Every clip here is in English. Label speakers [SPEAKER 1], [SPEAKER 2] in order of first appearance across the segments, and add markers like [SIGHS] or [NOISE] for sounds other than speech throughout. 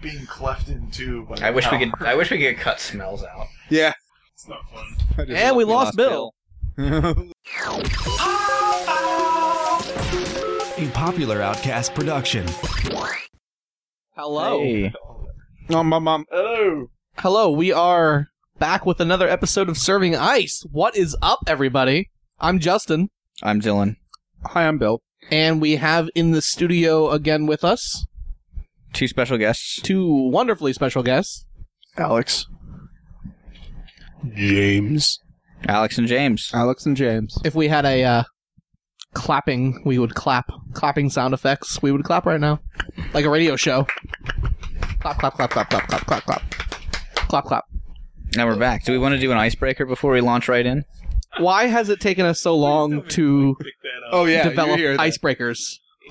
[SPEAKER 1] being cleft in two. By
[SPEAKER 2] I wish we
[SPEAKER 1] power.
[SPEAKER 2] could. I wish we could cut smells out.
[SPEAKER 3] Yeah.
[SPEAKER 1] It's not fun.
[SPEAKER 3] I just-
[SPEAKER 4] And we lost Bill.
[SPEAKER 3] Bill.
[SPEAKER 5] A popular Outcast production.
[SPEAKER 4] Hello.
[SPEAKER 2] Hey.
[SPEAKER 3] Oh, my mom.
[SPEAKER 1] Hello.
[SPEAKER 4] Hello, we are back with another episode of Serving Ice. What is up, everybody? I'm Justin,
[SPEAKER 2] I'm Dylan.
[SPEAKER 3] Hi, I'm Bill.
[SPEAKER 4] and we have in the studio again with us
[SPEAKER 2] Two special guests.
[SPEAKER 4] two wonderfully special guests.
[SPEAKER 1] Alex. James.
[SPEAKER 2] Alex and James.
[SPEAKER 3] Alex and James.
[SPEAKER 4] If we had a uh, clapping, we would clap. Clapping sound effects, we would clap right now. Like a radio show. Clap, clap, clap, clap, clap, clap, clap, clap. Clap, clap.
[SPEAKER 2] Now we're back. Do we want to do an icebreaker before we launch right in?
[SPEAKER 4] Why has it taken us so long to
[SPEAKER 1] Pick that up.
[SPEAKER 6] [LAUGHS]
[SPEAKER 3] Oh, yeah. you
[SPEAKER 4] develop
[SPEAKER 3] hear that.
[SPEAKER 4] icebreakers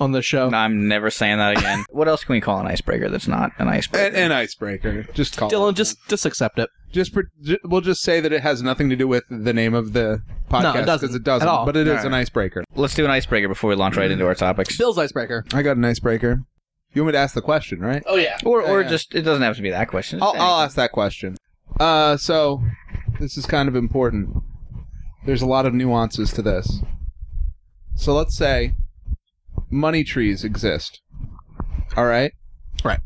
[SPEAKER 4] on the show?
[SPEAKER 2] No, I'm never saying that again. [LAUGHS] what else can we call an icebreaker that's not an
[SPEAKER 3] An,
[SPEAKER 2] icebreaker?
[SPEAKER 3] an icebreaker. Just call
[SPEAKER 4] Dylan,
[SPEAKER 3] it.
[SPEAKER 4] just just accept it.
[SPEAKER 3] just pre- ju- we'll just say that it has nothing to do with the name of the podcast
[SPEAKER 4] doesn't
[SPEAKER 3] it doesn't.
[SPEAKER 4] at all.
[SPEAKER 3] But it is
[SPEAKER 2] Alright.
[SPEAKER 3] an icebreaker.
[SPEAKER 2] Let's do an icebreaker before we launch right into our topics.
[SPEAKER 4] Bill's icebreaker.
[SPEAKER 3] I got an icebreaker. You want me to ask the question, right?
[SPEAKER 4] Oh yeah.
[SPEAKER 2] Or, or
[SPEAKER 3] Yeah.
[SPEAKER 2] just it doesn't have to be that question.
[SPEAKER 3] I'll,
[SPEAKER 2] Just
[SPEAKER 3] I'll
[SPEAKER 2] any-
[SPEAKER 3] ask that question. Uh, so this is kind of important. There's a lot of nuances to this. So let's say money trees exist. All right.
[SPEAKER 4] Right.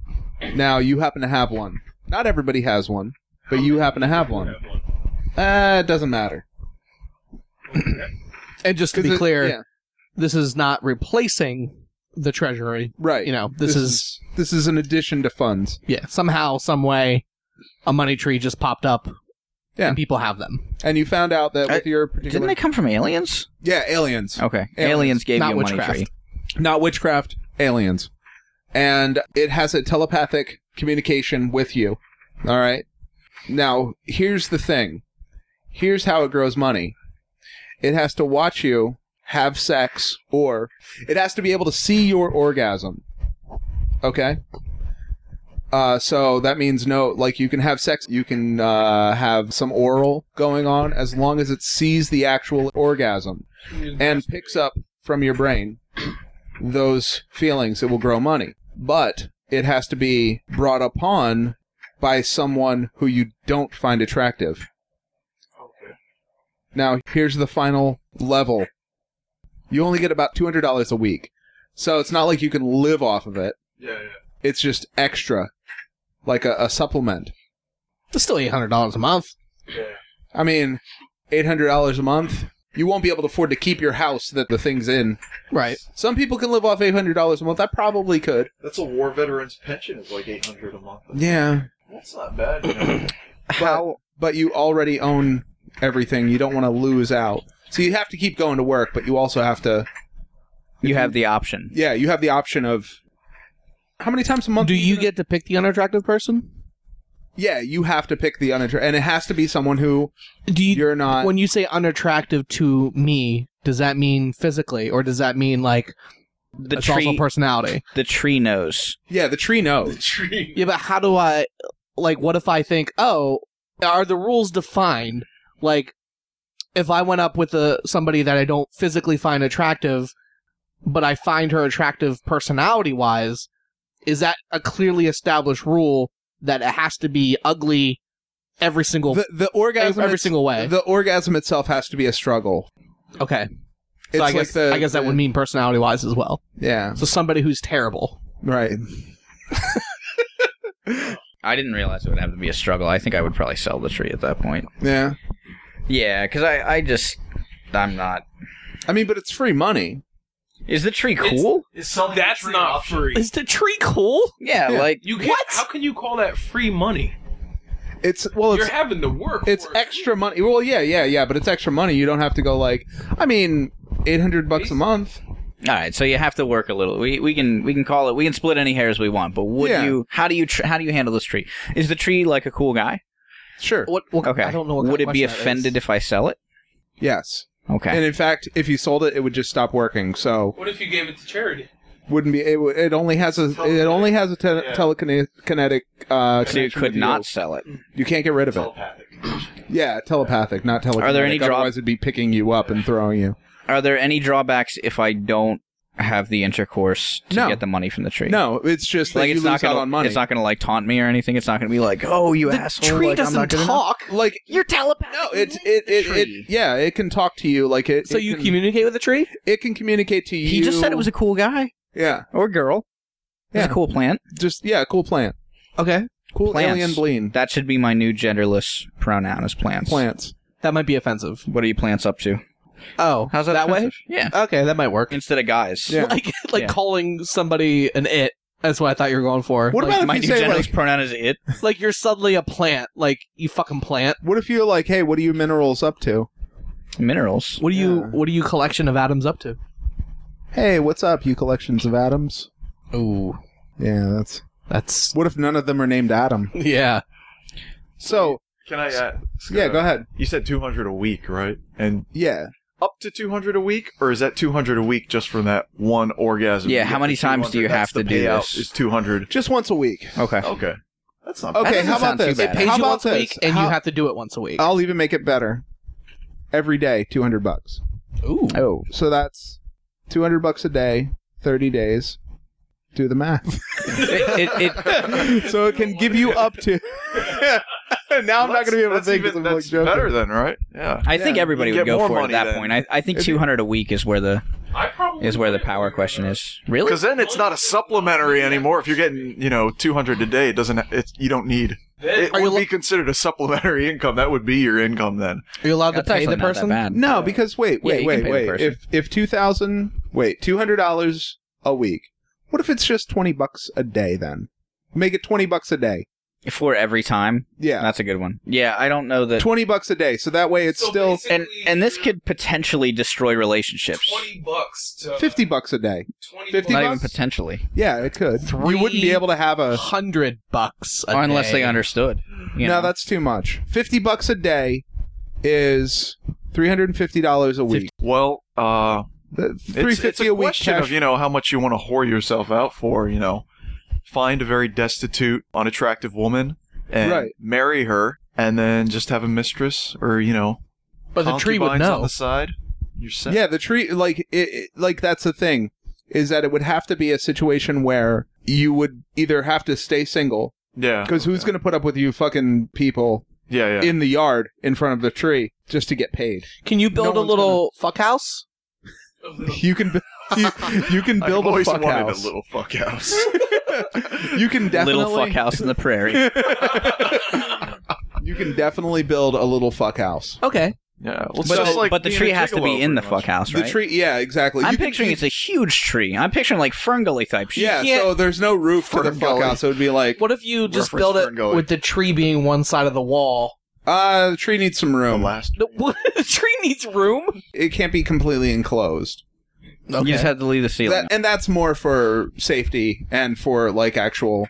[SPEAKER 3] Now you happen to have one. Not everybody has one, but you happen to have one.
[SPEAKER 1] Have one.
[SPEAKER 3] Uh, it doesn't matter.
[SPEAKER 4] And just to
[SPEAKER 3] 'Cause
[SPEAKER 4] be
[SPEAKER 3] it-
[SPEAKER 4] clear,
[SPEAKER 3] yeah,
[SPEAKER 4] this is not replacing the treasury.
[SPEAKER 3] right.
[SPEAKER 4] You know, this, is,
[SPEAKER 3] this is an addition to funds.
[SPEAKER 4] yeah, somehow, some way, a money tree just popped up,
[SPEAKER 3] Yeah.
[SPEAKER 4] and people have them.
[SPEAKER 3] And you found out that with your particular
[SPEAKER 2] Didn't they come from aliens?
[SPEAKER 3] yeah aliens,
[SPEAKER 2] Okay, aliens,
[SPEAKER 3] Aliens,
[SPEAKER 2] gave
[SPEAKER 4] not
[SPEAKER 2] you a money
[SPEAKER 4] witchcraft.
[SPEAKER 2] tree.
[SPEAKER 3] not witchcraft, aliens, and it has a telepathic communication with you. All right. Now here's the thing. Here's how it grows money. It has to watch you have sex, or it has to be able to see your orgasm. Okay. Uh, so that means no, like you can have sex, you can uh, have some oral going on as long as it sees the actual orgasm and picks up from your brain those feelings. It will grow money, but it has to be brought upon by someone who you don't find attractive. Now, here's the final level. You only get about $200 a week. So it's not like you can live off of it.
[SPEAKER 1] Yeah, yeah.
[SPEAKER 3] It's just extra, like a, a supplement.
[SPEAKER 4] It's still eight hundred dollars a month.
[SPEAKER 1] Yeah.
[SPEAKER 3] I mean, $800 a month. You won't be able to afford to keep your house that the thing's in.
[SPEAKER 4] Right.
[SPEAKER 3] Some people can live off $800 a month. I probably could.
[SPEAKER 1] That's a war veteran's pension is like eight hundred a month.
[SPEAKER 3] Yeah.
[SPEAKER 1] That's not bad. You
[SPEAKER 6] [LAUGHS]
[SPEAKER 1] know?
[SPEAKER 3] How? But you already own everything. You don't want to lose out. So you have to keep going to work, but you also have to.
[SPEAKER 2] You have the option.
[SPEAKER 3] Yeah, you have the option of. How many times a month?
[SPEAKER 4] Do you
[SPEAKER 3] gonna-
[SPEAKER 4] get to pick the unattractive person?
[SPEAKER 3] Yeah, you have to pick the unattractive, and it has to be someone who
[SPEAKER 4] Do you?
[SPEAKER 3] you're not.
[SPEAKER 4] When you say unattractive to me, does that mean physically, or does that mean like
[SPEAKER 2] The
[SPEAKER 4] it's
[SPEAKER 2] tree,
[SPEAKER 4] also personality?
[SPEAKER 2] the tree knows.
[SPEAKER 3] yeah, the tree
[SPEAKER 1] the
[SPEAKER 3] knows.
[SPEAKER 1] tree.
[SPEAKER 4] Yeah, but how do I? Like, what if I think, oh, are the rules defined? Like, if I went up with a somebody that I don't physically find attractive, but I find her attractive personality wise, is that a clearly established rule that it has to be ugly every single
[SPEAKER 3] The, the orgasm.
[SPEAKER 4] every
[SPEAKER 3] it's-
[SPEAKER 4] single way?
[SPEAKER 3] The orgasm itself has to be a struggle.
[SPEAKER 4] okay,
[SPEAKER 3] It's
[SPEAKER 4] so I
[SPEAKER 3] like
[SPEAKER 4] guess
[SPEAKER 3] the-
[SPEAKER 4] I guess that
[SPEAKER 3] the-
[SPEAKER 4] would mean personality wise as well.
[SPEAKER 3] Yeah.
[SPEAKER 4] So somebody who's terrible.
[SPEAKER 3] Right.
[SPEAKER 2] I didn't realize it would have to be a struggle. I think I would probably sell the tree at that point.
[SPEAKER 3] Yeah.
[SPEAKER 2] Yeah, because I, I just, I'm not.
[SPEAKER 3] I mean, but it's free money.
[SPEAKER 2] Is the tree cool?
[SPEAKER 1] Is selling the
[SPEAKER 6] That's
[SPEAKER 1] tree
[SPEAKER 6] not
[SPEAKER 1] option?
[SPEAKER 6] free.
[SPEAKER 4] Is the tree cool?
[SPEAKER 2] Yeah,
[SPEAKER 3] Yeah.
[SPEAKER 2] like
[SPEAKER 6] You can't, How can you call that free money?
[SPEAKER 3] It's well, it's
[SPEAKER 6] You're having to work.
[SPEAKER 3] it's
[SPEAKER 6] for it.
[SPEAKER 3] extra money. Well, yeah, yeah, yeah, but it's extra money. You don't have to go like, I mean, eight hundred bucks a month.
[SPEAKER 2] all right. So you have to work a little. We we can we can call it. We can split any hairs we want. But would
[SPEAKER 3] Yeah.
[SPEAKER 2] you? How do you tr- how do you handle this tree? Is the tree like a cool guy?
[SPEAKER 3] Sure.
[SPEAKER 4] What, what-
[SPEAKER 2] Okay.
[SPEAKER 4] I don't know. What
[SPEAKER 2] would
[SPEAKER 4] kind of
[SPEAKER 2] it be
[SPEAKER 4] question that
[SPEAKER 2] offended
[SPEAKER 4] is.
[SPEAKER 2] if I sell it?
[SPEAKER 3] Yes.
[SPEAKER 2] Okay.
[SPEAKER 3] And in fact, if you sold it, it would just stop working. So
[SPEAKER 6] What if you gave it to charity?
[SPEAKER 3] wouldn't be. It, would- it only has a. It only has a te-
[SPEAKER 1] Yeah.
[SPEAKER 3] telekinetic. Uh,
[SPEAKER 2] so you
[SPEAKER 3] connection
[SPEAKER 2] could
[SPEAKER 3] with
[SPEAKER 2] not sell it.
[SPEAKER 3] You. You can't get rid of it.
[SPEAKER 1] Telepathic.
[SPEAKER 3] Yeah, telepathic, not telekinetic.
[SPEAKER 2] Are there any draw-
[SPEAKER 3] Otherwise, it'd be picking you up and throwing you.
[SPEAKER 2] Are there any drawbacks if I don't have the intercourse to
[SPEAKER 3] No.
[SPEAKER 2] get the money from the tree.
[SPEAKER 3] No, it's just
[SPEAKER 2] like
[SPEAKER 3] like you
[SPEAKER 2] it's
[SPEAKER 3] lose
[SPEAKER 2] not
[SPEAKER 3] out
[SPEAKER 2] gonna
[SPEAKER 3] on money.
[SPEAKER 2] it's not gonna like taunt me or anything. It's not gonna be like, oh, you asshole,
[SPEAKER 4] Tree
[SPEAKER 2] like, I'm
[SPEAKER 4] doesn't
[SPEAKER 2] not good enough.
[SPEAKER 4] talk.
[SPEAKER 3] like
[SPEAKER 4] You're telepathic.
[SPEAKER 3] no, it it, it it
[SPEAKER 1] Tree.
[SPEAKER 3] yeah, it can talk to you. Like it.
[SPEAKER 4] So
[SPEAKER 3] it
[SPEAKER 4] you
[SPEAKER 3] can,
[SPEAKER 4] communicate with the tree?
[SPEAKER 3] it can communicate to you.
[SPEAKER 2] He just said it was a cool guy
[SPEAKER 3] yeah,
[SPEAKER 2] or girl. It's
[SPEAKER 3] Yeah.
[SPEAKER 2] a cool plant.
[SPEAKER 3] just yeah, cool plant,
[SPEAKER 4] Okay.
[SPEAKER 3] cool
[SPEAKER 2] Plants.
[SPEAKER 3] alien bleen
[SPEAKER 2] That should be my new genderless pronoun is plants.
[SPEAKER 3] plants.
[SPEAKER 4] That might be offensive.
[SPEAKER 2] What are you plants up to?
[SPEAKER 4] Oh.
[SPEAKER 2] How's that
[SPEAKER 4] that
[SPEAKER 2] offensive? Yeah.
[SPEAKER 4] way? Okay, that might work.
[SPEAKER 2] Instead of guys.
[SPEAKER 3] Yeah.
[SPEAKER 4] [LAUGHS] Like like
[SPEAKER 2] Yeah.
[SPEAKER 4] calling somebody an it. That's what I thought you were going for.
[SPEAKER 3] What
[SPEAKER 4] like,
[SPEAKER 3] about
[SPEAKER 2] My
[SPEAKER 3] if
[SPEAKER 2] new
[SPEAKER 3] you say
[SPEAKER 2] genderless
[SPEAKER 3] like?
[SPEAKER 2] pronoun is it.
[SPEAKER 4] like you're suddenly a plant? Like you fucking plant.
[SPEAKER 3] What if you're like, hey, what are you minerals up to?
[SPEAKER 2] Minerals.
[SPEAKER 4] What are you
[SPEAKER 3] Yeah.
[SPEAKER 4] what are you collection of atoms up to?
[SPEAKER 3] Hey, what's up, you collections of atoms?
[SPEAKER 4] Ooh.
[SPEAKER 3] Yeah, that's.
[SPEAKER 4] That's
[SPEAKER 3] What if none of them are named Adam?
[SPEAKER 4] yeah.
[SPEAKER 3] So
[SPEAKER 1] Can I ask?
[SPEAKER 3] yeah,
[SPEAKER 1] uh,
[SPEAKER 3] go ahead.
[SPEAKER 1] You said 200 a week, right? And
[SPEAKER 3] Yeah,
[SPEAKER 1] up to 200 a week, or is that 200 a week just from that one orgasm?
[SPEAKER 2] Yeah,
[SPEAKER 1] You
[SPEAKER 2] how
[SPEAKER 1] get
[SPEAKER 2] many
[SPEAKER 1] the
[SPEAKER 2] times do
[SPEAKER 1] 200,
[SPEAKER 2] you
[SPEAKER 1] that's
[SPEAKER 2] have
[SPEAKER 1] the
[SPEAKER 2] to do
[SPEAKER 1] payout
[SPEAKER 2] this?
[SPEAKER 1] Is 200?
[SPEAKER 3] just once a week.
[SPEAKER 2] Okay.
[SPEAKER 1] Okay, that's not.
[SPEAKER 3] Okay,
[SPEAKER 2] doesn't
[SPEAKER 3] how about
[SPEAKER 2] sound too
[SPEAKER 3] this?
[SPEAKER 2] bad.
[SPEAKER 4] Pays
[SPEAKER 3] how
[SPEAKER 4] you
[SPEAKER 3] about
[SPEAKER 4] once
[SPEAKER 3] this?
[SPEAKER 4] a week and
[SPEAKER 3] How- Oh.
[SPEAKER 4] you have to do it once a week.
[SPEAKER 3] I'll even make it better. Every day, two hundred bucks.
[SPEAKER 4] Ooh.
[SPEAKER 2] Oh.
[SPEAKER 3] So that's two hundred bucks a day, thirty days. Do the math.
[SPEAKER 2] it, it, it,
[SPEAKER 3] [LAUGHS] so it can give you up to. now I'm not going to be able to
[SPEAKER 1] That's
[SPEAKER 3] think.
[SPEAKER 1] even-
[SPEAKER 3] because I'm like
[SPEAKER 1] That's
[SPEAKER 3] joking.
[SPEAKER 1] better then, right? Yeah.
[SPEAKER 2] I think
[SPEAKER 3] Yeah.
[SPEAKER 2] everybody
[SPEAKER 1] You
[SPEAKER 2] would
[SPEAKER 1] get
[SPEAKER 2] go
[SPEAKER 1] more
[SPEAKER 2] for it at
[SPEAKER 1] money
[SPEAKER 2] that
[SPEAKER 1] then.
[SPEAKER 2] point. I, I think 200 a week is where the
[SPEAKER 6] I probably
[SPEAKER 2] is where the
[SPEAKER 6] wouldn't.
[SPEAKER 2] power question is. Really?
[SPEAKER 1] Because then it's not a supplementary anymore. If you're getting, you know, 200 a day, it doesn't. It's you don't need.
[SPEAKER 6] Then-
[SPEAKER 1] It
[SPEAKER 4] Are you
[SPEAKER 1] would
[SPEAKER 4] lo-
[SPEAKER 1] be considered a supplementary [LAUGHS] income. That would be your income then.
[SPEAKER 4] Are you allowed
[SPEAKER 2] That's
[SPEAKER 4] to pay
[SPEAKER 2] actually
[SPEAKER 4] the
[SPEAKER 2] not that
[SPEAKER 4] person?
[SPEAKER 2] bad.
[SPEAKER 3] No, because wait,
[SPEAKER 2] Yeah,
[SPEAKER 3] wait,
[SPEAKER 2] you can pay
[SPEAKER 3] wait,
[SPEAKER 2] the
[SPEAKER 3] wait.
[SPEAKER 2] person.
[SPEAKER 3] If if two thousand, wait, two hundred dollars a week. What if it's just twenty bucks a day then? Make it twenty bucks a day.
[SPEAKER 2] For every time.
[SPEAKER 3] Yeah,
[SPEAKER 2] That's a good one. Yeah, I don't know that.
[SPEAKER 3] twenty bucks a day. So that way it's
[SPEAKER 6] So
[SPEAKER 3] still
[SPEAKER 6] basically,
[SPEAKER 2] And and this could potentially destroy relationships.
[SPEAKER 6] twenty bucks to
[SPEAKER 3] fifty bucks a day.
[SPEAKER 6] 20
[SPEAKER 3] 50
[SPEAKER 2] Not
[SPEAKER 6] bucks.
[SPEAKER 2] even potentially,
[SPEAKER 3] Yeah, it could.
[SPEAKER 4] Three-
[SPEAKER 3] You wouldn't be able to have a.
[SPEAKER 4] hundred bucks a
[SPEAKER 2] unless
[SPEAKER 4] day.
[SPEAKER 2] they understood. You
[SPEAKER 3] no,
[SPEAKER 2] know?
[SPEAKER 3] that's too much. Fifty bucks a day is three hundred and fifty dollars a week.
[SPEAKER 1] Well, uh,
[SPEAKER 3] Three
[SPEAKER 1] it's, it's
[SPEAKER 3] fifty
[SPEAKER 1] a,
[SPEAKER 3] a week
[SPEAKER 1] question
[SPEAKER 3] cash.
[SPEAKER 1] of you know how much you want to whore yourself out for. You know, find a very destitute, unattractive woman and
[SPEAKER 3] Right.
[SPEAKER 1] marry her, and then just have a mistress or you know,
[SPEAKER 4] but the tree would
[SPEAKER 1] concubines
[SPEAKER 4] know.
[SPEAKER 1] on the side. You're set.
[SPEAKER 3] yeah, the tree like it, it- like that's the thing is that it would have to be a situation where you would either have to stay single
[SPEAKER 1] yeah,
[SPEAKER 3] because who's going to put up with you fucking people
[SPEAKER 1] Oh, yeah, yeah.
[SPEAKER 3] in the yard in front of the tree just to get
[SPEAKER 6] [LAUGHS]
[SPEAKER 3] paid?
[SPEAKER 4] Can you
[SPEAKER 3] No
[SPEAKER 4] build a
[SPEAKER 3] one's
[SPEAKER 4] little fuck house?
[SPEAKER 3] You can [LAUGHS] bu- you, you
[SPEAKER 1] [LAUGHS]
[SPEAKER 3] can
[SPEAKER 1] I've
[SPEAKER 3] build a
[SPEAKER 1] always
[SPEAKER 3] fuck
[SPEAKER 1] wanted
[SPEAKER 3] house.
[SPEAKER 1] a little fuck
[SPEAKER 2] [LAUGHS]
[SPEAKER 1] house.
[SPEAKER 3] you can definitely
[SPEAKER 2] little fuck house in the prairie.
[SPEAKER 3] you can definitely build a little fuck house.
[SPEAKER 4] Okay.
[SPEAKER 1] yeah, well, it's
[SPEAKER 2] But
[SPEAKER 1] just
[SPEAKER 2] the,
[SPEAKER 1] like
[SPEAKER 2] but the
[SPEAKER 1] being
[SPEAKER 2] tree
[SPEAKER 1] a
[SPEAKER 2] has to
[SPEAKER 1] gigolo,
[SPEAKER 2] be in the
[SPEAKER 1] pretty
[SPEAKER 2] fuck
[SPEAKER 1] much.
[SPEAKER 2] house, right?
[SPEAKER 3] The tree, yeah, exactly.
[SPEAKER 2] I'm
[SPEAKER 3] You can
[SPEAKER 2] picturing
[SPEAKER 3] keep-
[SPEAKER 2] it's a huge tree. I'm picturing like Ferngully type shit.
[SPEAKER 3] Yeah,
[SPEAKER 4] can't-
[SPEAKER 3] so there's no roof to the
[SPEAKER 1] Ferngully.
[SPEAKER 3] fuck house. So it would be like,
[SPEAKER 4] What if you just
[SPEAKER 1] Reference
[SPEAKER 4] build it
[SPEAKER 1] Ferngully.
[SPEAKER 4] with the tree being one side of the wall?
[SPEAKER 3] uh, the tree needs some
[SPEAKER 1] The
[SPEAKER 3] room.
[SPEAKER 1] last.
[SPEAKER 4] The, what, [LAUGHS] the tree needs room.
[SPEAKER 3] It can't be completely enclosed.
[SPEAKER 2] You just have to leave the ceiling.
[SPEAKER 3] That, and that's more for safety and for like actual.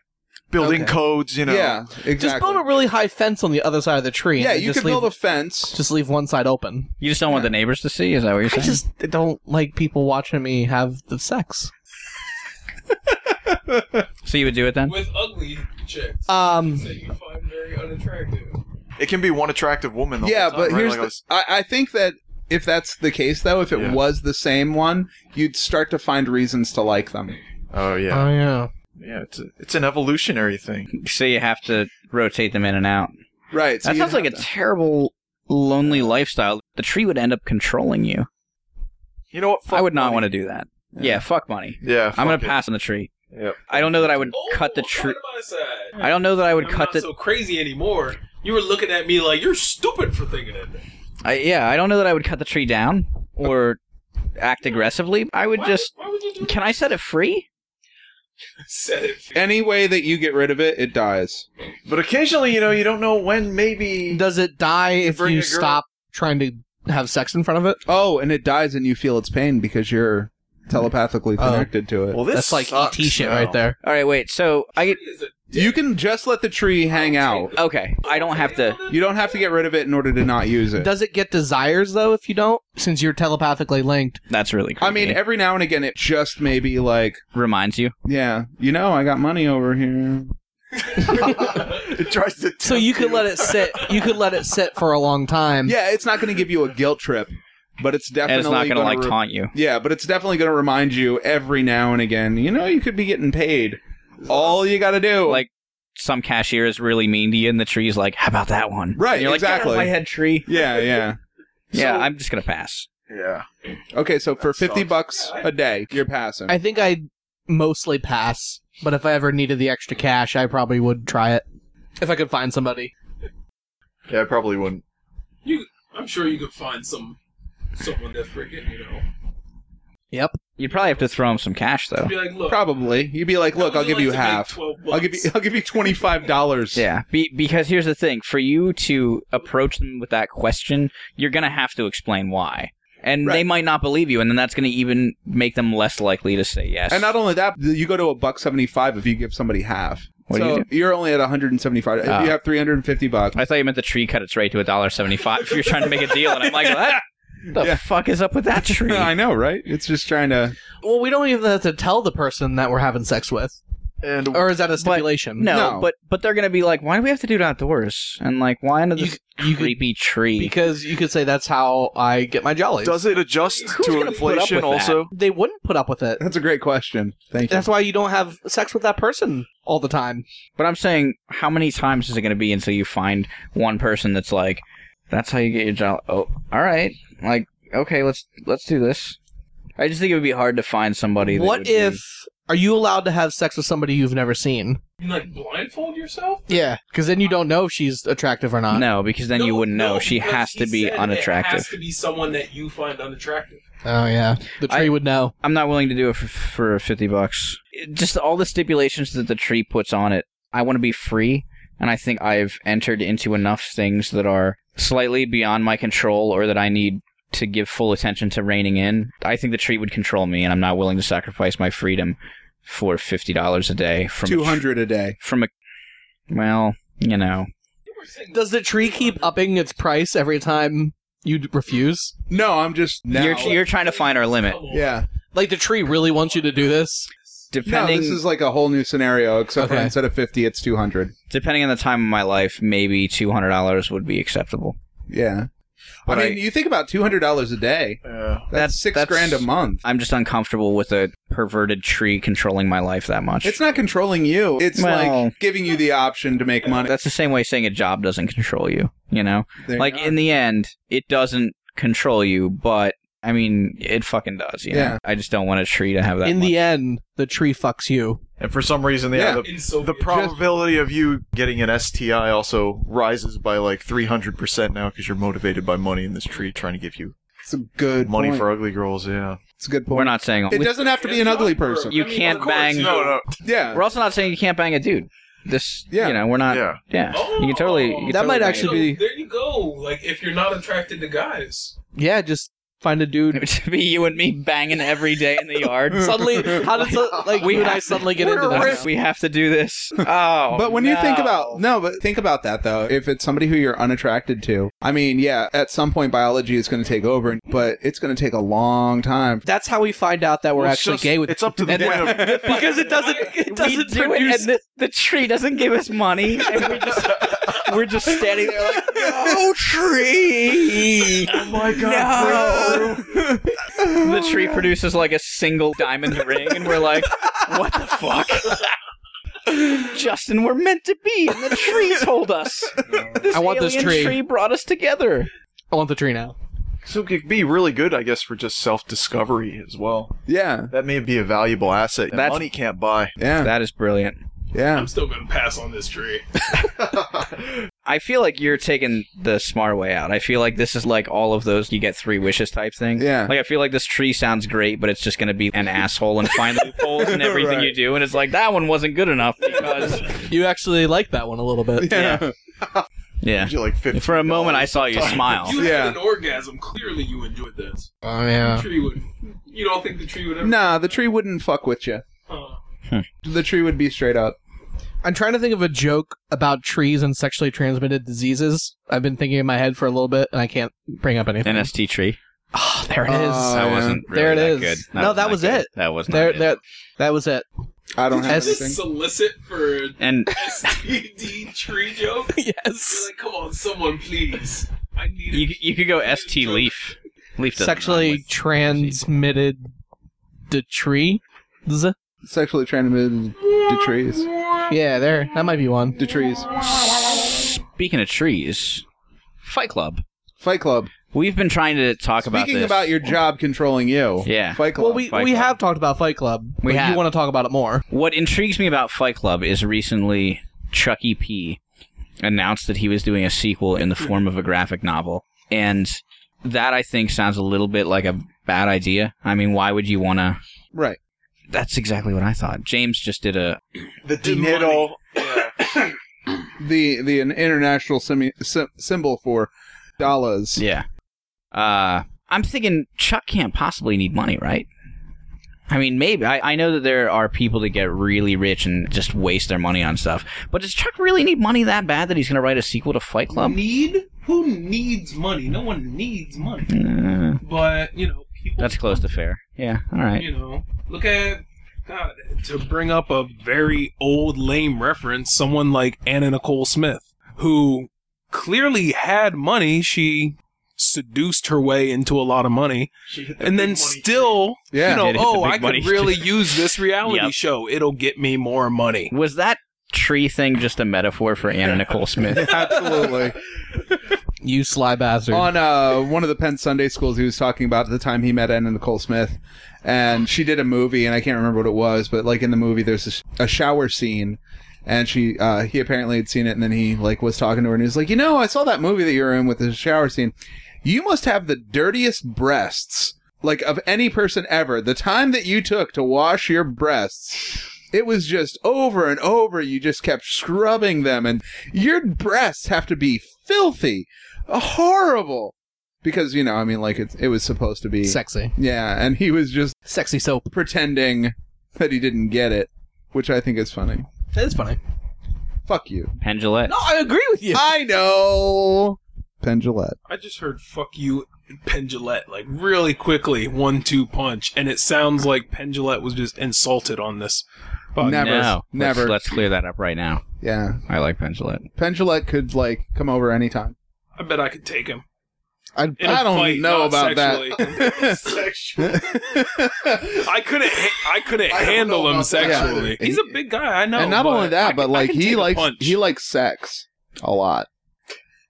[SPEAKER 1] building
[SPEAKER 4] Okay.
[SPEAKER 1] codes, you know.
[SPEAKER 3] Yeah, exactly.
[SPEAKER 4] Just build a really high fence on the other side of the tree. and
[SPEAKER 3] yeah,
[SPEAKER 4] then
[SPEAKER 3] you
[SPEAKER 4] just
[SPEAKER 3] could
[SPEAKER 4] leave,
[SPEAKER 3] build a fence.
[SPEAKER 4] just leave one side open.
[SPEAKER 2] you just don't want the neighbors to see. Is that what you're
[SPEAKER 4] I
[SPEAKER 2] saying?
[SPEAKER 4] just don't like people watching me have the sex.
[SPEAKER 2] so you would do it then?
[SPEAKER 6] with ugly chicks
[SPEAKER 4] Um,
[SPEAKER 6] that you find very unattractive.
[SPEAKER 1] It can be one attractive woman. The
[SPEAKER 3] yeah,
[SPEAKER 1] whole time,
[SPEAKER 3] but
[SPEAKER 1] right?
[SPEAKER 3] here's
[SPEAKER 1] Like I
[SPEAKER 3] the,
[SPEAKER 1] was-
[SPEAKER 3] I, I think that if that's the case though, if it
[SPEAKER 1] Yeah.
[SPEAKER 3] was the same one, you'd start to find reasons to like them.
[SPEAKER 1] oh yeah,
[SPEAKER 4] oh yeah.
[SPEAKER 1] yeah. It's a, it's an evolutionary thing.
[SPEAKER 2] So you have to rotate them in and out.
[SPEAKER 3] Right. So
[SPEAKER 2] that
[SPEAKER 3] you'd
[SPEAKER 2] sounds like a
[SPEAKER 3] have to-
[SPEAKER 2] terrible, lonely lifestyle. The tree would end up controlling you.
[SPEAKER 1] You know what? Fuck
[SPEAKER 2] I would not
[SPEAKER 1] money.
[SPEAKER 2] want to do that. Yeah, fuck money.
[SPEAKER 1] Yeah,
[SPEAKER 2] I'm gonna
[SPEAKER 1] fuck it.
[SPEAKER 2] pass on the tree.
[SPEAKER 1] Yep.
[SPEAKER 2] I don't know that I would
[SPEAKER 6] Oh,
[SPEAKER 2] cut the
[SPEAKER 6] I'm
[SPEAKER 2] tree.
[SPEAKER 6] on my side.
[SPEAKER 2] I don't know that I would
[SPEAKER 6] I'm
[SPEAKER 2] cut
[SPEAKER 6] not
[SPEAKER 2] the.
[SPEAKER 6] so crazy anymore. You were looking at me like you're stupid for thinking that.
[SPEAKER 2] I, yeah, I don't know that I would cut the tree down or act aggressively. I would
[SPEAKER 6] Why
[SPEAKER 2] just.
[SPEAKER 6] Why would
[SPEAKER 3] [LAUGHS]
[SPEAKER 6] you do
[SPEAKER 2] Can I set it free?
[SPEAKER 6] that? Set it.
[SPEAKER 3] Any way that you get rid of it, it dies.
[SPEAKER 1] But occasionally, you know, you don't know when. Maybe
[SPEAKER 4] Does it die if
[SPEAKER 1] bring a
[SPEAKER 4] you
[SPEAKER 1] girl-
[SPEAKER 4] stop trying to have sex in front of it?
[SPEAKER 3] Oh, and it dies, and you feel its pain because you're telepathically
[SPEAKER 4] Oh.
[SPEAKER 3] connected to it.
[SPEAKER 1] Well, this
[SPEAKER 4] That's like
[SPEAKER 1] sucks
[SPEAKER 4] ET shit
[SPEAKER 1] now.
[SPEAKER 4] right there.
[SPEAKER 2] All right, wait. So I get.
[SPEAKER 6] Is it
[SPEAKER 3] you can just let the tree hang out.
[SPEAKER 2] Okay, I don't have to.
[SPEAKER 3] You don't have to get rid of it in order to not use it.
[SPEAKER 4] Does it get desires though if you don't? Since you're telepathically linked.
[SPEAKER 2] That's really. Creepy.
[SPEAKER 3] I mean, every now and again, it just may be like,
[SPEAKER 2] reminds you.
[SPEAKER 3] yeah, you know, I got money over here.
[SPEAKER 1] [LAUGHS] It tries to.
[SPEAKER 4] So you could let it sit. You could let it sit for a long time.
[SPEAKER 3] Yeah, it's not going to give you a guilt trip. but it's definitely
[SPEAKER 2] and it's not
[SPEAKER 3] going to
[SPEAKER 2] gonna like taunt you.
[SPEAKER 3] Yeah, but it's definitely going to remind you every now and again. You know, you could be getting paid. All you got to do,
[SPEAKER 2] Like- Some cashier is really mean to you, and the tree's like, "How about that one?"
[SPEAKER 3] Right,
[SPEAKER 2] And you're
[SPEAKER 3] exactly.
[SPEAKER 2] Like, "Get out of my head tree.
[SPEAKER 3] yeah, yeah.
[SPEAKER 2] yeah,
[SPEAKER 1] So-
[SPEAKER 2] I'm just gonna pass.
[SPEAKER 1] Yeah.
[SPEAKER 3] Okay, so for
[SPEAKER 1] That
[SPEAKER 3] fifty
[SPEAKER 1] sucks.
[SPEAKER 3] bucks a day, you're passing.
[SPEAKER 4] I think I'd mostly pass, but if I ever needed the extra cash, I probably would try it. If I could find somebody.
[SPEAKER 1] Yeah, I probably wouldn't.
[SPEAKER 6] I'm sure you could find some someone that freaking you know.
[SPEAKER 4] Yep.
[SPEAKER 2] You'd probably have to throw him some cash though.
[SPEAKER 6] Be like, look,
[SPEAKER 3] Probably, you'd be like,
[SPEAKER 6] I would
[SPEAKER 3] "Look, I'll give
[SPEAKER 6] like
[SPEAKER 3] you
[SPEAKER 6] to make
[SPEAKER 3] half.
[SPEAKER 6] 12
[SPEAKER 3] I'll give you, [LAUGHS]
[SPEAKER 6] bucks."
[SPEAKER 3] I'll give you twenty five dollars."
[SPEAKER 2] Yeah, be- because here's the thing: for you to approach them with that question, you're gonna have to explain why, and
[SPEAKER 3] Right.
[SPEAKER 2] they might not believe you, and then that's gonna even make them less likely to say yes.
[SPEAKER 3] And not only that, you go to a buck seventy five if you give somebody half.
[SPEAKER 2] What do
[SPEAKER 3] so
[SPEAKER 2] you
[SPEAKER 3] are only at one hundred and seventy five. If
[SPEAKER 2] Ah.
[SPEAKER 3] you have three hundred and fifty bucks,
[SPEAKER 2] I thought you meant the tree cut its rate to a dollar seventy-five. if you're trying to make a deal, and I'm like, what the
[SPEAKER 3] Yeah.
[SPEAKER 2] fuck is up with that tree?
[SPEAKER 3] [LAUGHS] I know, right? It's just trying to.
[SPEAKER 4] Well, we don't even have to tell the person that we're having sex with.
[SPEAKER 1] And
[SPEAKER 4] Or is that a stipulation?
[SPEAKER 2] No,
[SPEAKER 3] No.
[SPEAKER 2] but but they're gonna be like, why do we have to do it outdoors? And like, why under
[SPEAKER 4] You-
[SPEAKER 2] this
[SPEAKER 4] you could-
[SPEAKER 2] creepy tree?
[SPEAKER 4] Because you could say that's how I get my jollies.
[SPEAKER 1] does it adjust
[SPEAKER 2] Who's
[SPEAKER 1] to
[SPEAKER 2] gonna put up with
[SPEAKER 1] inflation
[SPEAKER 2] that?
[SPEAKER 1] also?
[SPEAKER 4] they wouldn't put up with it.
[SPEAKER 3] That's a great question. Thank you.
[SPEAKER 4] That's why you don't have sex with that person all the time.
[SPEAKER 2] But I'm saying, how many times is it gonna be until you find one person that's like, that's how you get your job? Oh, all right, like okay, let's let's do this. I just think it would be hard to find somebody. That would
[SPEAKER 4] What
[SPEAKER 2] be-
[SPEAKER 4] if are you allowed to have sex with somebody you've never seen?
[SPEAKER 6] you like blindfold yourself.
[SPEAKER 4] Yeah, because then you don't know if she's attractive or not.
[SPEAKER 2] No, because then you
[SPEAKER 6] No,
[SPEAKER 2] wouldn't know.
[SPEAKER 6] no,
[SPEAKER 2] she
[SPEAKER 6] because
[SPEAKER 2] has
[SPEAKER 6] he
[SPEAKER 2] to be
[SPEAKER 6] said It has
[SPEAKER 2] unattractive.
[SPEAKER 6] to be someone that you find unattractive.
[SPEAKER 4] Oh yeah, the tree
[SPEAKER 2] I-
[SPEAKER 4] would know.
[SPEAKER 2] I'm not willing to do it for, for 50 bucks. It- Just all the stipulations that the tree puts on it. I want to be free, and I think I've entered into enough things that are slightly beyond my control or that I need to give full attention to reining in. I think the tree would control me, and I'm not willing to sacrifice my freedom for $50 a day from a tr-
[SPEAKER 3] two hundred a day.
[SPEAKER 2] from a. Well, you know.
[SPEAKER 6] You were saying
[SPEAKER 4] Does the tree keep upping its price every time you d- refuse?
[SPEAKER 3] No, I'm just now.
[SPEAKER 2] You're, you're trying to find our limit.
[SPEAKER 6] Come on.
[SPEAKER 3] yeah.
[SPEAKER 4] Like the tree really wants you to do this?
[SPEAKER 2] Depending.
[SPEAKER 3] No, this is like a whole new scenario. Except for
[SPEAKER 4] Okay.
[SPEAKER 3] instead of fifty, it's two hundred.
[SPEAKER 2] depending on the time of my life, maybe two hundred dollars would be acceptable.
[SPEAKER 3] Yeah.
[SPEAKER 2] But
[SPEAKER 3] I mean, you think about two hundred dollars a day.
[SPEAKER 1] Yeah.
[SPEAKER 3] That's,
[SPEAKER 2] That's-
[SPEAKER 3] six
[SPEAKER 2] that's-
[SPEAKER 3] grand a month.
[SPEAKER 2] I'm just uncomfortable with a perverted tree controlling my life that much.
[SPEAKER 3] It's not controlling you. It's
[SPEAKER 2] Well-
[SPEAKER 3] like giving you the option to make money.
[SPEAKER 2] That's the same way saying a job doesn't control you. You know,
[SPEAKER 3] There you
[SPEAKER 2] like
[SPEAKER 3] go.
[SPEAKER 2] in the end, it doesn't control you, but I mean, it fucking does. You
[SPEAKER 3] Yeah.
[SPEAKER 2] know, I just don't want a tree to have that.
[SPEAKER 4] In
[SPEAKER 2] much.
[SPEAKER 4] the end, the tree fucks you.
[SPEAKER 1] And for some reason, yeah, the,
[SPEAKER 3] Yeah.
[SPEAKER 6] In Soviet.
[SPEAKER 1] the probability of you getting an STI also rises by like 300% now because you're motivated by money in this tree trying to give you
[SPEAKER 3] it's a good
[SPEAKER 1] money
[SPEAKER 3] point.
[SPEAKER 1] for ugly girls. Yeah.
[SPEAKER 3] It's a good point.
[SPEAKER 2] we're not saying
[SPEAKER 3] it doesn't have to be an ugly person.
[SPEAKER 2] You can't
[SPEAKER 6] of course,
[SPEAKER 2] bang-
[SPEAKER 6] you-
[SPEAKER 1] No, no.
[SPEAKER 3] yeah.
[SPEAKER 2] We're also not saying you can't bang a dude. This,
[SPEAKER 3] Yeah.
[SPEAKER 2] you know, we're not. Yeah,
[SPEAKER 1] Yeah.
[SPEAKER 2] you can totally. you can
[SPEAKER 4] That
[SPEAKER 2] totally
[SPEAKER 4] might
[SPEAKER 2] bang
[SPEAKER 4] actually
[SPEAKER 2] a
[SPEAKER 4] be-
[SPEAKER 6] There you go. Like if you're not attracted to guys,
[SPEAKER 4] Yeah, just find a dude. [LAUGHS]
[SPEAKER 2] dude. [LAUGHS] to be you and me banging every day in the yard.
[SPEAKER 4] suddenly, how did so, like
[SPEAKER 2] We
[SPEAKER 4] you and
[SPEAKER 2] have
[SPEAKER 4] I
[SPEAKER 2] to-
[SPEAKER 4] suddenly get
[SPEAKER 2] We're
[SPEAKER 4] into
[SPEAKER 2] a
[SPEAKER 4] this?
[SPEAKER 2] risk. We have to do this.
[SPEAKER 4] [LAUGHS]
[SPEAKER 2] Oh,
[SPEAKER 3] But when you think
[SPEAKER 2] no.
[SPEAKER 3] about no, but think about that though. If it's somebody who you're unattracted to, I mean, yeah, at some point biology is going to take over, but it's going to take a long time.
[SPEAKER 4] That's how we find out that we're
[SPEAKER 1] Well, it's
[SPEAKER 4] actually
[SPEAKER 1] just-
[SPEAKER 4] gay with
[SPEAKER 1] It's up to the
[SPEAKER 4] And
[SPEAKER 1] point of.
[SPEAKER 4] [LAUGHS] because it doesn't it
[SPEAKER 2] we
[SPEAKER 4] doesn't
[SPEAKER 2] do
[SPEAKER 4] produce
[SPEAKER 2] it, and the, the tree doesn't give us money, and [LAUGHS] we just we're just standing there like, [LAUGHS] no tree.
[SPEAKER 1] Oh my
[SPEAKER 2] No.
[SPEAKER 1] god. breakthrough.
[SPEAKER 2] The tree produces like a single diamond ring, and we're like, what the [LAUGHS] fuck? Justin, we're meant to be, and the tree told us. This
[SPEAKER 4] I want this
[SPEAKER 2] alien
[SPEAKER 4] tree.
[SPEAKER 2] brought us together.
[SPEAKER 4] I want the tree now.
[SPEAKER 1] So it could be really good, I guess, for just self discovery as well.
[SPEAKER 3] Yeah,
[SPEAKER 1] That may be a valuable asset that
[SPEAKER 2] That's-
[SPEAKER 1] money can't buy.
[SPEAKER 3] yeah,
[SPEAKER 2] That is brilliant.
[SPEAKER 3] yeah.
[SPEAKER 6] I'm still gonna pass on this tree.
[SPEAKER 2] I feel like you're taking the smart way out. I feel like this is like all of those you get three wishes type thing.
[SPEAKER 3] Yeah.
[SPEAKER 2] Like I feel like this tree sounds great, but it's just gonna be an asshole and
[SPEAKER 3] [LAUGHS]
[SPEAKER 2] find loopholes in everything
[SPEAKER 3] Right.
[SPEAKER 2] you do, and it's like that one wasn't good enough
[SPEAKER 3] [LAUGHS]
[SPEAKER 2] because
[SPEAKER 4] You actually like that one a little bit.
[SPEAKER 3] Yeah.
[SPEAKER 2] yeah.
[SPEAKER 1] Gives you like 50
[SPEAKER 2] For a moment, I saw you smile.
[SPEAKER 6] You
[SPEAKER 3] Yeah.
[SPEAKER 6] had an orgasm. Clearly, you enjoyed this.
[SPEAKER 4] Oh
[SPEAKER 6] The
[SPEAKER 4] yeah.
[SPEAKER 6] tree would. You don't think the tree would ever?
[SPEAKER 3] Nah, the tree wouldn't fuck with you.
[SPEAKER 6] Uh,
[SPEAKER 3] The tree would be straight up.
[SPEAKER 4] I'm trying to think of a joke about trees and sexually transmitted diseases. I've been thinking in my head for a little bit and I can't bring up anything.
[SPEAKER 2] NST tree.
[SPEAKER 4] Oh, there it is.
[SPEAKER 3] Oh,
[SPEAKER 2] That
[SPEAKER 3] yeah.
[SPEAKER 2] wasn't really
[SPEAKER 4] There it
[SPEAKER 2] that
[SPEAKER 4] is.
[SPEAKER 2] good.
[SPEAKER 4] No, that was
[SPEAKER 2] good.
[SPEAKER 4] it.
[SPEAKER 2] That was not
[SPEAKER 4] there,
[SPEAKER 2] it.
[SPEAKER 4] there, that was it.
[SPEAKER 3] I don't have
[SPEAKER 4] As-
[SPEAKER 6] just
[SPEAKER 3] anything.
[SPEAKER 6] solicit for a
[SPEAKER 2] And
[SPEAKER 6] STD tree joke. You're
[SPEAKER 4] [LAUGHS] yes.
[SPEAKER 6] like, come on, someone, please. I need.
[SPEAKER 2] you you could go ST leaf. Leaf doesn't rhyme
[SPEAKER 4] sexually
[SPEAKER 2] with-
[SPEAKER 4] transmitted the tree. Z-
[SPEAKER 3] Sexually transmitted to trees.
[SPEAKER 4] Yeah, there. That might be one.
[SPEAKER 3] To trees.
[SPEAKER 2] Speaking of trees, Fight Club.
[SPEAKER 3] Fight Club.
[SPEAKER 2] We've been trying to talk about
[SPEAKER 3] Speaking
[SPEAKER 2] this.
[SPEAKER 3] about your job controlling you.
[SPEAKER 2] Yeah.
[SPEAKER 3] Fight Club.
[SPEAKER 4] Well, we
[SPEAKER 2] Fight
[SPEAKER 4] we
[SPEAKER 2] Club.
[SPEAKER 4] have talked about Fight Club.
[SPEAKER 2] We
[SPEAKER 4] but
[SPEAKER 2] have.
[SPEAKER 4] You want to talk about it more?
[SPEAKER 2] What intrigues me about Fight Club is recently Chuck E. P. announced that he was doing a sequel in the form of a graphic novel, and that I think sounds a little bit like a bad idea. I mean, why would you want to?
[SPEAKER 3] right.
[SPEAKER 2] That's exactly what I thought. James just did a
[SPEAKER 1] The dinero.
[SPEAKER 3] The the an international simi- sy- symbol for dollars.
[SPEAKER 2] yeah. Uh, I'm thinking Chuck can't possibly need money, right? I mean, maybe I, I know that there are people that get really rich and just waste their money on stuff, but does Chuck really need money that bad that he's going to write a sequel to Fight Club?
[SPEAKER 6] Need? Who needs money? No one needs money.
[SPEAKER 2] Uh,
[SPEAKER 6] But you know, people.
[SPEAKER 2] That's close to fair. Yeah. All right.
[SPEAKER 6] You know, look at God to bring up a very old lame reference. Someone like Anna Nicole Smith, who clearly had money, she seduced her way into a lot of money, and then still,
[SPEAKER 3] Yeah.
[SPEAKER 2] [LAUGHS]
[SPEAKER 6] you know,
[SPEAKER 2] Did hit the big
[SPEAKER 6] oh, I
[SPEAKER 2] money.
[SPEAKER 6] could really use this reality
[SPEAKER 2] Yep.
[SPEAKER 6] show. It'll get me more money.
[SPEAKER 2] Was that tree thing just a metaphor for Anna Nicole
[SPEAKER 3] [LAUGHS]
[SPEAKER 2] Smith?
[SPEAKER 3] Absolutely.
[SPEAKER 4] You sly bastard.
[SPEAKER 3] On uh, one of the Penn Sunday schools, he was talking about the time he met Anna Nicole Smith, and she did a movie, and I can't remember what it was, but like in the movie, there's a, sh- a shower scene, and she, uh, he apparently had seen it, and then he like was talking to her, and he was like, you know, I saw that movie that you were in with the shower scene. You must have the dirtiest breasts, like of any person ever. The time that you took to wash your breasts. It was just over and over. You just kept scrubbing them, and your breasts have to be filthy horrible because you know i mean like it, it was supposed to be
[SPEAKER 4] sexy,
[SPEAKER 3] yeah and he was just
[SPEAKER 4] sexy soap.
[SPEAKER 3] pretending that he didn't get it which i think is funny
[SPEAKER 4] It's funny.
[SPEAKER 3] fuck you
[SPEAKER 2] Pendulette.
[SPEAKER 4] No, I agree with you.
[SPEAKER 3] i know pendulette
[SPEAKER 6] I just heard "fuck you" and Pendulette like really quickly, one two punch, and it sounds like Pendulette was just insulted on this. But
[SPEAKER 3] Never.
[SPEAKER 2] No.
[SPEAKER 3] Never.
[SPEAKER 2] Let's, let's clear that up right now.
[SPEAKER 3] yeah
[SPEAKER 2] I like Pendulette.
[SPEAKER 3] pendulette could like come over anytime
[SPEAKER 6] I bet I could take him.
[SPEAKER 3] i,
[SPEAKER 6] In a
[SPEAKER 3] I don't
[SPEAKER 6] fight,
[SPEAKER 3] know
[SPEAKER 6] not
[SPEAKER 3] about that
[SPEAKER 1] Sexual.
[SPEAKER 3] [LAUGHS]
[SPEAKER 6] I couldn't. ha- I couldn't
[SPEAKER 1] I don't know
[SPEAKER 6] handle him
[SPEAKER 1] about that either.
[SPEAKER 6] sexually. He's a big guy. I know.
[SPEAKER 3] and not only
[SPEAKER 6] I
[SPEAKER 3] that
[SPEAKER 6] can-
[SPEAKER 3] but
[SPEAKER 6] I
[SPEAKER 3] like
[SPEAKER 6] can
[SPEAKER 3] he
[SPEAKER 6] take a
[SPEAKER 3] likes
[SPEAKER 6] punch.
[SPEAKER 3] he likes sex a lot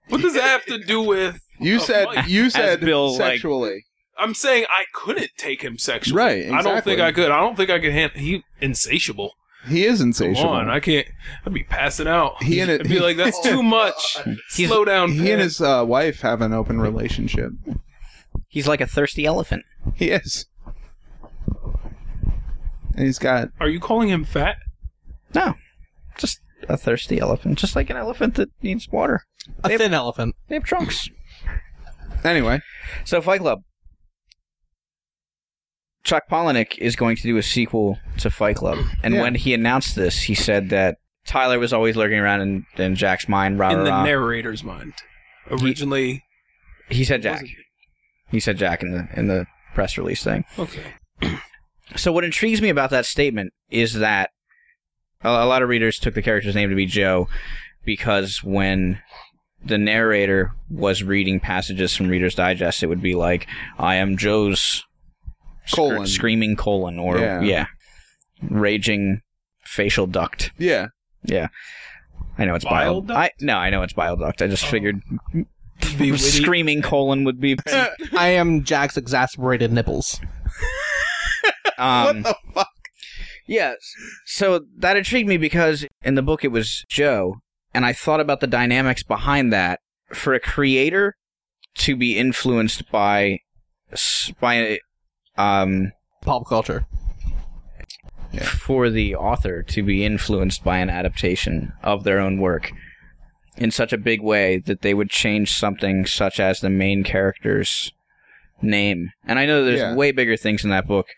[SPEAKER 6] What does that have to
[SPEAKER 3] [LAUGHS]
[SPEAKER 6] do with?
[SPEAKER 3] you
[SPEAKER 6] a
[SPEAKER 3] said
[SPEAKER 6] fight?
[SPEAKER 3] you said
[SPEAKER 2] Bill, like-
[SPEAKER 3] sexually
[SPEAKER 6] I'm saying I couldn't take him sexually.
[SPEAKER 3] Right,
[SPEAKER 6] I don't
[SPEAKER 3] exactly.
[SPEAKER 6] think I could. I don't think I could handle. He insatiable.
[SPEAKER 3] he is
[SPEAKER 6] Come
[SPEAKER 3] insatiable
[SPEAKER 6] on, I can't. I'd be passing out.
[SPEAKER 3] He and it-
[SPEAKER 6] I'd be
[SPEAKER 3] [LAUGHS]
[SPEAKER 6] like, that's too much.
[SPEAKER 2] He's-
[SPEAKER 6] Slow down.
[SPEAKER 3] he and
[SPEAKER 6] Pat."
[SPEAKER 3] his uh, wife have an open relationship
[SPEAKER 2] He's like a thirsty elephant.
[SPEAKER 3] He is. And he's got
[SPEAKER 6] Are you calling him fat?
[SPEAKER 2] No. Just a thirsty elephant. Just like an elephant that needs water.
[SPEAKER 4] A thin [LAUGHS] elephant.
[SPEAKER 2] They have trunks.
[SPEAKER 3] anyway.
[SPEAKER 2] So Fight Club. Chuck Palahniuk is going to do a sequel to Fight Club, and
[SPEAKER 3] Yeah.
[SPEAKER 2] when he announced this, he said that Tyler was always lurking around in, in Jack's mind. Rah,
[SPEAKER 6] in
[SPEAKER 2] rah,
[SPEAKER 6] the
[SPEAKER 2] rah.
[SPEAKER 6] narrator's mind. Originally,
[SPEAKER 2] he said Jack.
[SPEAKER 6] wasn't it?
[SPEAKER 2] He said Jack in the in the press release thing.
[SPEAKER 6] Okay.
[SPEAKER 2] So what intrigues me about that statement is that a, a lot of readers took the character's name to be Joe because when the narrator was reading passages from Reader's Digest, it would be like, "I am Joe's sc-
[SPEAKER 3] Colon.
[SPEAKER 2] screaming colon," or
[SPEAKER 3] Yeah.
[SPEAKER 2] yeah. raging facial duct.
[SPEAKER 3] Yeah.
[SPEAKER 2] Yeah, I know it's bile.
[SPEAKER 6] Bile duct?
[SPEAKER 2] I no, I know it's bile duct. I just
[SPEAKER 6] Oh.
[SPEAKER 2] figured
[SPEAKER 6] Be
[SPEAKER 2] [LAUGHS]
[SPEAKER 6] witty.
[SPEAKER 2] screaming colon would be.
[SPEAKER 4] I am Jack's exasperated nipples.
[SPEAKER 2] Um,
[SPEAKER 3] what the fuck?
[SPEAKER 2] Yes. So that intrigued me because in the book it was Joe, and I thought about the dynamics behind that for a creator to be influenced by s- by um
[SPEAKER 4] Pop culture.
[SPEAKER 2] for the author to be influenced by an adaptation of their own work in such a big way that they would change something such as the main character's name. And I know there's
[SPEAKER 3] Yeah.
[SPEAKER 2] way bigger things in that book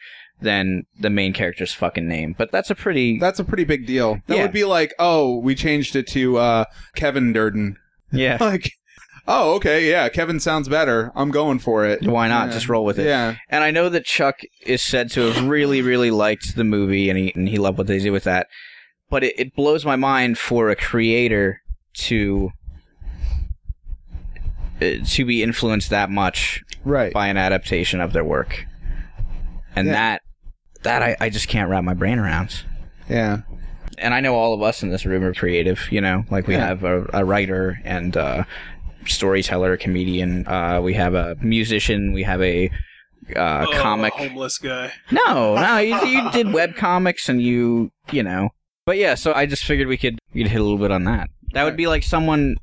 [SPEAKER 2] than the main character's fucking name, but that's a pretty
[SPEAKER 3] That's a pretty big deal. That
[SPEAKER 2] Yeah.
[SPEAKER 3] would be like, oh, we changed it to uh, Kevin Durden. [LAUGHS]
[SPEAKER 2] yeah.
[SPEAKER 3] Like, oh, okay, yeah, Kevin sounds better. I'm going for it.
[SPEAKER 2] Why not?
[SPEAKER 3] Yeah.
[SPEAKER 2] Just roll with it.
[SPEAKER 3] Yeah.
[SPEAKER 2] And I know that Chuck is said to have really, really liked the movie and he, and he loved what they did with that. But it, it blows my mind for a creator to uh, to be influenced that much
[SPEAKER 3] Right.
[SPEAKER 2] by an adaptation of their work. And
[SPEAKER 3] Yeah.
[SPEAKER 2] that that I, I just can't wrap my brain around.
[SPEAKER 3] Yeah.
[SPEAKER 2] And I know all of us in this room are creative, you know, like we
[SPEAKER 3] Yeah.
[SPEAKER 2] have a, a writer and uh storyteller, comedian, uh, we have a musician, we have a uh,
[SPEAKER 6] Oh,
[SPEAKER 2] comic.
[SPEAKER 6] homeless guy.
[SPEAKER 2] No, no, you, you did web comics and you, you know. But yeah, so I just figured we could we'd hit a little bit on that. That would be like someone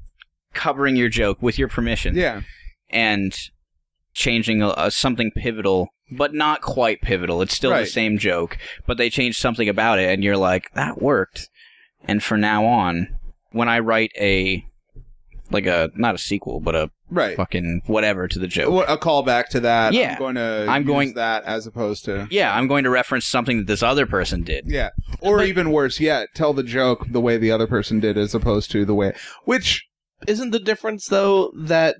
[SPEAKER 2] covering your joke with your permission
[SPEAKER 3] Yeah.
[SPEAKER 2] and changing a, a, something pivotal, but not quite pivotal. It's still the
[SPEAKER 3] Right.
[SPEAKER 2] same joke, but they changed something about it, and you're like, that worked. And from now on, when I write a like a not a sequel, but a
[SPEAKER 3] Right.
[SPEAKER 2] fucking whatever to the joke,
[SPEAKER 3] What- A callback to that.
[SPEAKER 2] Yeah.
[SPEAKER 3] I'm going to.
[SPEAKER 2] I'm
[SPEAKER 3] use
[SPEAKER 2] going-
[SPEAKER 3] that as opposed to.
[SPEAKER 2] yeah, I'm going to reference something that this other person did.
[SPEAKER 3] Yeah. Or even worse yet, tell the joke the way the other person did as opposed to the way. Which
[SPEAKER 4] Isn't the difference though that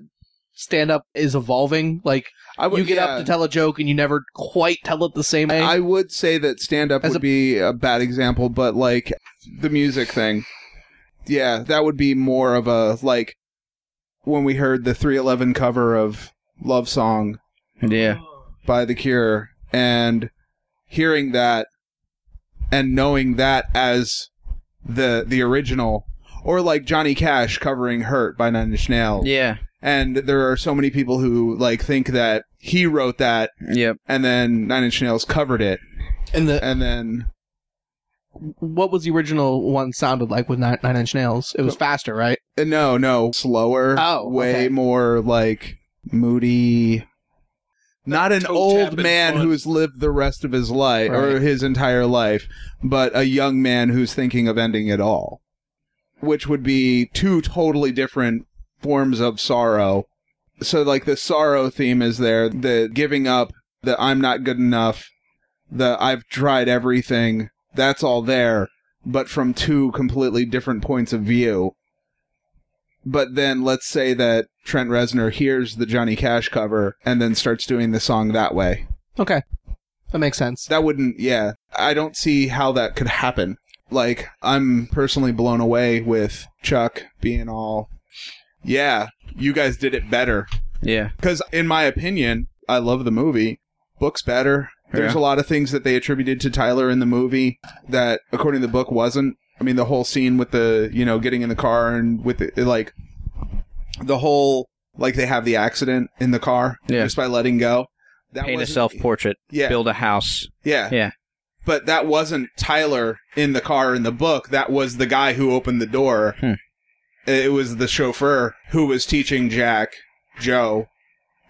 [SPEAKER 4] stand up is evolving? Like
[SPEAKER 3] I would
[SPEAKER 4] you get
[SPEAKER 3] yeah.
[SPEAKER 4] up to tell a joke and you never quite tell it the same way.
[SPEAKER 3] I would say that stand up
[SPEAKER 4] As
[SPEAKER 3] would
[SPEAKER 4] a-
[SPEAKER 3] be a bad example, but like the music thing. Yeah, that would be more of a like when we heard the 311 cover of Love Song
[SPEAKER 2] Yeah,
[SPEAKER 3] by The Cure and hearing that and knowing that as the the original or like Johnny Cash covering Hurt by Nine Inch Nails.
[SPEAKER 2] yeah,
[SPEAKER 3] And there are so many people who like think that he wrote that
[SPEAKER 2] yep.
[SPEAKER 3] and then Nine Inch Nails covered it
[SPEAKER 4] and the
[SPEAKER 3] and then
[SPEAKER 4] what was the original one sounded like with Nine, Nine Inch Nails? It was faster, right?
[SPEAKER 3] Uh, No, no, slower.
[SPEAKER 4] Oh,
[SPEAKER 3] way
[SPEAKER 4] okay.
[SPEAKER 3] more like moody. Not an
[SPEAKER 6] toe
[SPEAKER 3] old
[SPEAKER 6] tapping
[SPEAKER 3] man
[SPEAKER 6] fun.
[SPEAKER 3] who's lived the rest of his life or
[SPEAKER 4] Right.
[SPEAKER 3] his entire life, but a young man who's thinking of ending it all, which would be two totally different forms of sorrow. So, like the sorrow theme is there, the giving up, the I'm not good enough, the I've tried everything. That's all there, but from two completely different points of view but then let's say that Trent Reznor hears the Johnny Cash cover and then starts doing the song that way.
[SPEAKER 4] Okay, that makes sense.
[SPEAKER 3] That wouldn't, yeah. I don't see how that could happen. Like, I'm personally blown away with Chuck being all, yeah, you guys did it better.
[SPEAKER 2] Yeah,
[SPEAKER 3] Because, in my opinion, I love the movie. Book's better. There's
[SPEAKER 2] Yeah.
[SPEAKER 3] a lot of things that they attributed to Tyler in the movie that, according to the book, wasn't. I mean, the whole scene with the, you know, getting in the car and with the, like, the whole, like, they have the accident in the car
[SPEAKER 2] Yeah.
[SPEAKER 3] just by letting go. That
[SPEAKER 2] paint a
[SPEAKER 3] wasn't-
[SPEAKER 2] self portrait,
[SPEAKER 3] Yeah.
[SPEAKER 2] build a house.
[SPEAKER 3] Yeah.
[SPEAKER 2] Yeah.
[SPEAKER 3] But that wasn't Tyler in the car in the book. That was the guy who opened the door.
[SPEAKER 2] Hmm.
[SPEAKER 3] It was the chauffeur who was teaching Jack, Joe,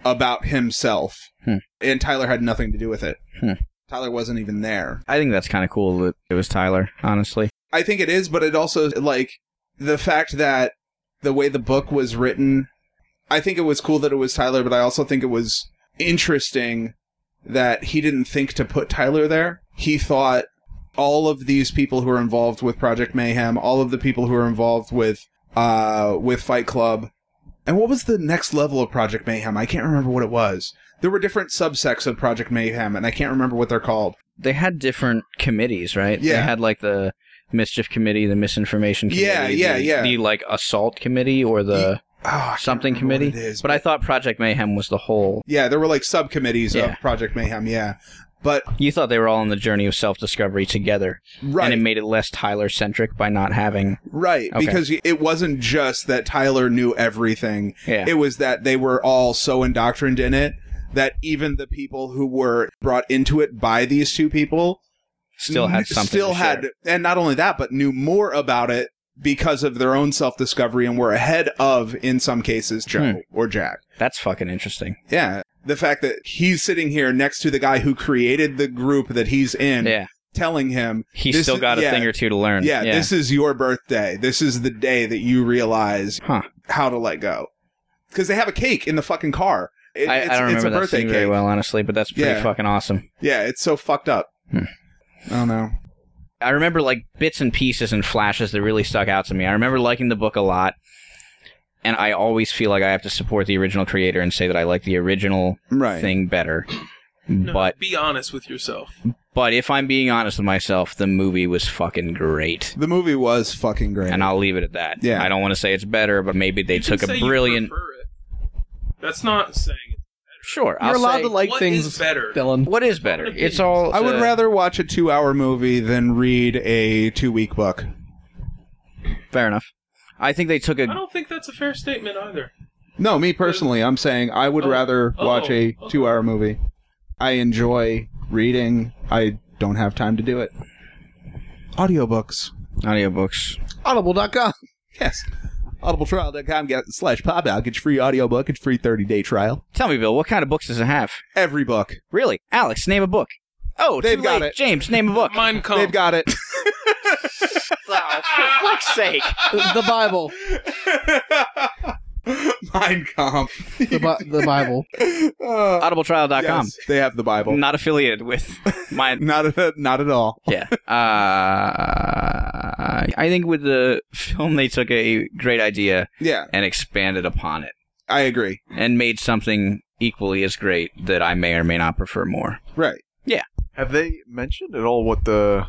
[SPEAKER 3] about himself.
[SPEAKER 2] Hmm.
[SPEAKER 3] And Tyler had nothing to do with it.
[SPEAKER 2] Hmm.
[SPEAKER 3] Tyler wasn't even there.
[SPEAKER 2] I think that's kind of cool that it was Tyler, honestly.
[SPEAKER 3] I think it is, but it also, like, the fact that the way the book was written, I think it was cool that it was Tyler, but I also think it was interesting that he didn't think to put Tyler there. He thought all of these people who are involved with Project Mayhem, all of the people who are involved with uh, with Fight Club, and what was the next level of Project Mayhem? I can't remember what it was. There were different subsects of Project Mayhem, and I can't remember what they're called.
[SPEAKER 2] They had different committees, right? They
[SPEAKER 3] Yeah.
[SPEAKER 2] had like the mischief committee, the misinformation committee.
[SPEAKER 3] Yeah, yeah,
[SPEAKER 2] the,
[SPEAKER 3] yeah.
[SPEAKER 2] The like assault committee or the
[SPEAKER 3] Oh, I can't
[SPEAKER 2] something
[SPEAKER 3] remember what
[SPEAKER 2] committee.
[SPEAKER 3] it is,
[SPEAKER 2] but I thought Project Mayhem was the whole.
[SPEAKER 3] yeah, there were like subcommittees
[SPEAKER 2] Yeah.
[SPEAKER 3] of Project Mayhem. Yeah, but
[SPEAKER 2] You thought they were all on the journey of self discovery together,
[SPEAKER 3] right,
[SPEAKER 2] and it made it less Tyler centric by not having.
[SPEAKER 3] Right,
[SPEAKER 2] Okay.
[SPEAKER 3] because it wasn't just that Tyler knew everything.
[SPEAKER 2] Yeah.
[SPEAKER 3] It was that they were all so indoctrined in it that even the people who were brought into it by these two people
[SPEAKER 2] still had
[SPEAKER 3] kn-
[SPEAKER 2] something.
[SPEAKER 3] still
[SPEAKER 2] to
[SPEAKER 3] had
[SPEAKER 2] share.
[SPEAKER 3] and not only that but knew more about it because of their own self-discovery and were ahead of in some cases
[SPEAKER 2] Hmm.
[SPEAKER 3] Joe or Jack.
[SPEAKER 2] That's fucking interesting.
[SPEAKER 3] Yeah. The fact that he's sitting here next to the guy who created the group that he's in
[SPEAKER 2] Yeah.
[SPEAKER 3] telling him
[SPEAKER 2] He
[SPEAKER 3] this
[SPEAKER 2] still
[SPEAKER 3] is-
[SPEAKER 2] got a
[SPEAKER 3] yeah,
[SPEAKER 2] thing or two to learn.
[SPEAKER 3] yeah, this is your birthday. This is the day that you realize
[SPEAKER 2] Huh.
[SPEAKER 3] how to let go. Because they have a cake in the fucking car. It-
[SPEAKER 2] I, I don't remember that scene very well, honestly, but that's pretty
[SPEAKER 3] Yeah.
[SPEAKER 2] fucking awesome.
[SPEAKER 3] Yeah, it's so fucked up.
[SPEAKER 2] Hmm.
[SPEAKER 3] I don't know.
[SPEAKER 2] I remember like bits and pieces and flashes that really stuck out to me. I remember liking the book a lot, and I always feel like I have to support the original creator and say that I like the original
[SPEAKER 3] Right.
[SPEAKER 2] thing better.
[SPEAKER 6] No,
[SPEAKER 2] But
[SPEAKER 6] be honest with yourself.
[SPEAKER 2] but if I'm being honest with myself, the movie was fucking great.
[SPEAKER 3] The movie was fucking great.
[SPEAKER 2] And I'll leave it at that.
[SPEAKER 3] Yeah.
[SPEAKER 2] I don't want to say it's better, but maybe they
[SPEAKER 6] You can
[SPEAKER 2] took a
[SPEAKER 6] say you
[SPEAKER 2] brilliant
[SPEAKER 6] prefer it. That's not saying
[SPEAKER 2] Sure,
[SPEAKER 4] You're
[SPEAKER 2] I'll
[SPEAKER 4] allowed
[SPEAKER 2] say-
[SPEAKER 4] to like
[SPEAKER 6] what
[SPEAKER 4] things,
[SPEAKER 6] is better.
[SPEAKER 2] [LAUGHS]
[SPEAKER 4] Dylan.
[SPEAKER 2] What is better? It's all.
[SPEAKER 6] It's
[SPEAKER 3] I would
[SPEAKER 2] uh,
[SPEAKER 3] rather watch a two hour movie than read a two week book.
[SPEAKER 2] Fair enough. I think they took
[SPEAKER 6] I
[SPEAKER 2] a.
[SPEAKER 6] don't think that's a fair statement either.
[SPEAKER 3] No, me personally, I'm saying I would
[SPEAKER 6] Oh.
[SPEAKER 3] rather
[SPEAKER 6] Oh,
[SPEAKER 3] watch a
[SPEAKER 6] okay.
[SPEAKER 3] two hour movie. I enjoy reading, I don't have time to do it. Audiobooks.
[SPEAKER 2] Audiobooks.
[SPEAKER 3] Audible.com. Yes. Audibletrial.com get slash pop out. Get your free audiobook. It's free 30 day trial.
[SPEAKER 2] Tell me, Bill, what kind of books does it have?
[SPEAKER 3] Every book.
[SPEAKER 2] Really, Alex, name a book. Oh,
[SPEAKER 3] They've
[SPEAKER 2] too
[SPEAKER 3] got
[SPEAKER 2] late.
[SPEAKER 3] it.
[SPEAKER 2] James, name a book.
[SPEAKER 6] Mine comes.
[SPEAKER 3] They've got it.
[SPEAKER 2] Oh, for fuck's [LAUGHS] sake!
[SPEAKER 4] the Bible.
[SPEAKER 3] [LAUGHS] Mind comp.
[SPEAKER 4] The, Bi- the
[SPEAKER 3] [LAUGHS]
[SPEAKER 4] Bible.
[SPEAKER 3] Uh,
[SPEAKER 2] AudibleTrial.com.
[SPEAKER 3] yes, they have the Bible.
[SPEAKER 2] Not affiliated with
[SPEAKER 3] [LAUGHS]
[SPEAKER 2] my
[SPEAKER 3] Not at, not at all.
[SPEAKER 2] yeah. Uh, I think with the film, they took a great idea
[SPEAKER 3] Yeah,
[SPEAKER 2] and expanded upon it
[SPEAKER 3] I agree.
[SPEAKER 2] and made something equally as great that I may or may not prefer more.
[SPEAKER 3] Right.
[SPEAKER 1] Have they mentioned at all what the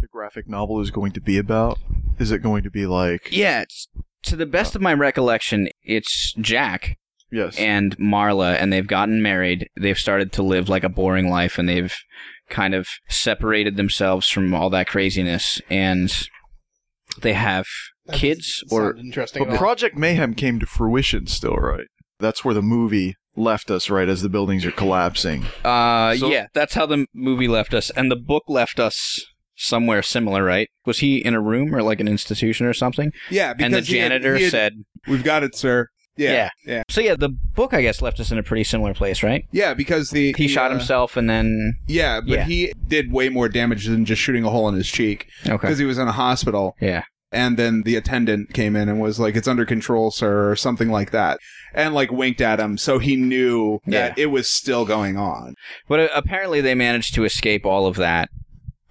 [SPEAKER 1] the graphic novel is going to be about? Is it going to be like
[SPEAKER 2] Yeah. It's, to the best of my recollection, it's Jack
[SPEAKER 1] yes,
[SPEAKER 2] and Marla, and they've gotten married. They've started to live like a boring life, and they've kind of separated themselves from all that craziness, and they have
[SPEAKER 4] That
[SPEAKER 2] kids
[SPEAKER 4] doesn't
[SPEAKER 2] or
[SPEAKER 4] sound interesting.
[SPEAKER 1] but
[SPEAKER 4] at all.
[SPEAKER 1] Project Mayhem came to fruition still, right? That's where the movie left us, right? As the buildings are collapsing.
[SPEAKER 2] Uh,
[SPEAKER 1] So-
[SPEAKER 2] yeah, that's how the movie left us, and the book left us somewhere similar, right? Was he in a room or like an institution or something?
[SPEAKER 3] Yeah, because
[SPEAKER 2] and the
[SPEAKER 3] he had-
[SPEAKER 2] janitor
[SPEAKER 3] he had-
[SPEAKER 2] said,
[SPEAKER 3] "We've got it, sir." Yeah, yeah,
[SPEAKER 2] Yeah.
[SPEAKER 3] yeah,
[SPEAKER 2] "So yeah, the book, I guess, left us in a pretty similar place, right?
[SPEAKER 3] because the
[SPEAKER 2] He shot
[SPEAKER 3] uh,
[SPEAKER 2] himself, and then
[SPEAKER 3] Yeah, but
[SPEAKER 2] Yeah.
[SPEAKER 3] he did way more damage than just shooting a hole in his cheek
[SPEAKER 2] okay,
[SPEAKER 3] because he was in a hospital.
[SPEAKER 2] yeah,
[SPEAKER 3] And then the attendant came in and was like, "It's under control, sir," or something like that, and like winked at him, so he knew that it was still going on.
[SPEAKER 2] but uh, apparently they managed to escape all of that,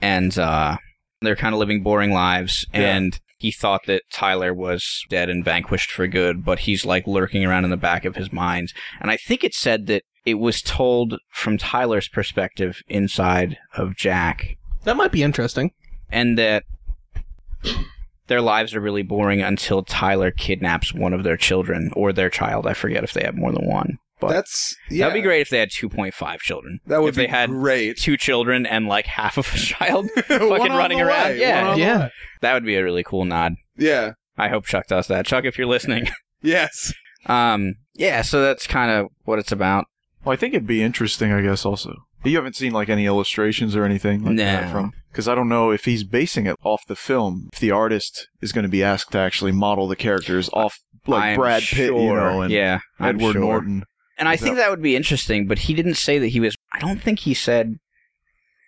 [SPEAKER 2] and uh, they're kind of living boring lives,
[SPEAKER 3] Yeah.
[SPEAKER 2] and." He thought that Tyler was dead and vanquished for good, but he's like lurking around in the back of his mind. And I think it said that it was told from Tyler's perspective inside of Jack,
[SPEAKER 4] that might be interesting.
[SPEAKER 2] and that their lives are really boring until Tyler kidnaps one of their children or their child. I forget if they have more than one. But
[SPEAKER 3] That's yeah,
[SPEAKER 2] that'd be great if they had 2.5 children.
[SPEAKER 3] That would
[SPEAKER 2] if
[SPEAKER 3] be
[SPEAKER 2] they had
[SPEAKER 3] great.
[SPEAKER 2] two children and like half of
[SPEAKER 1] [LAUGHS]
[SPEAKER 2] a [LAUGHS] child fucking
[SPEAKER 3] One on
[SPEAKER 2] running
[SPEAKER 3] the
[SPEAKER 2] around.
[SPEAKER 3] way,
[SPEAKER 2] yeah,
[SPEAKER 3] one on the
[SPEAKER 4] Yeah.
[SPEAKER 3] way.
[SPEAKER 2] that would be a really cool nod.
[SPEAKER 3] yeah,
[SPEAKER 2] I hope Chuck does that. Chuck, if
[SPEAKER 1] [LAUGHS]
[SPEAKER 2] you're listening,
[SPEAKER 3] yes.
[SPEAKER 2] um, yeah. So that's kind of what it's about.
[SPEAKER 1] Well, I think it'd be interesting, I guess. Also, you haven't seen like any illustrations or anything like that
[SPEAKER 2] No.
[SPEAKER 1] from because I don't know if he's basing it off the film. If the artist is going to be asked to actually model the characters off like
[SPEAKER 2] I'm
[SPEAKER 1] Brad Pitt, you
[SPEAKER 2] sure-
[SPEAKER 1] know, and
[SPEAKER 2] yeah, I'm
[SPEAKER 1] Edward
[SPEAKER 2] sure.
[SPEAKER 1] Norton.
[SPEAKER 2] And I
[SPEAKER 1] Is
[SPEAKER 2] think
[SPEAKER 1] that-
[SPEAKER 2] that would be interesting, but he didn't say that he was. I don't think he said,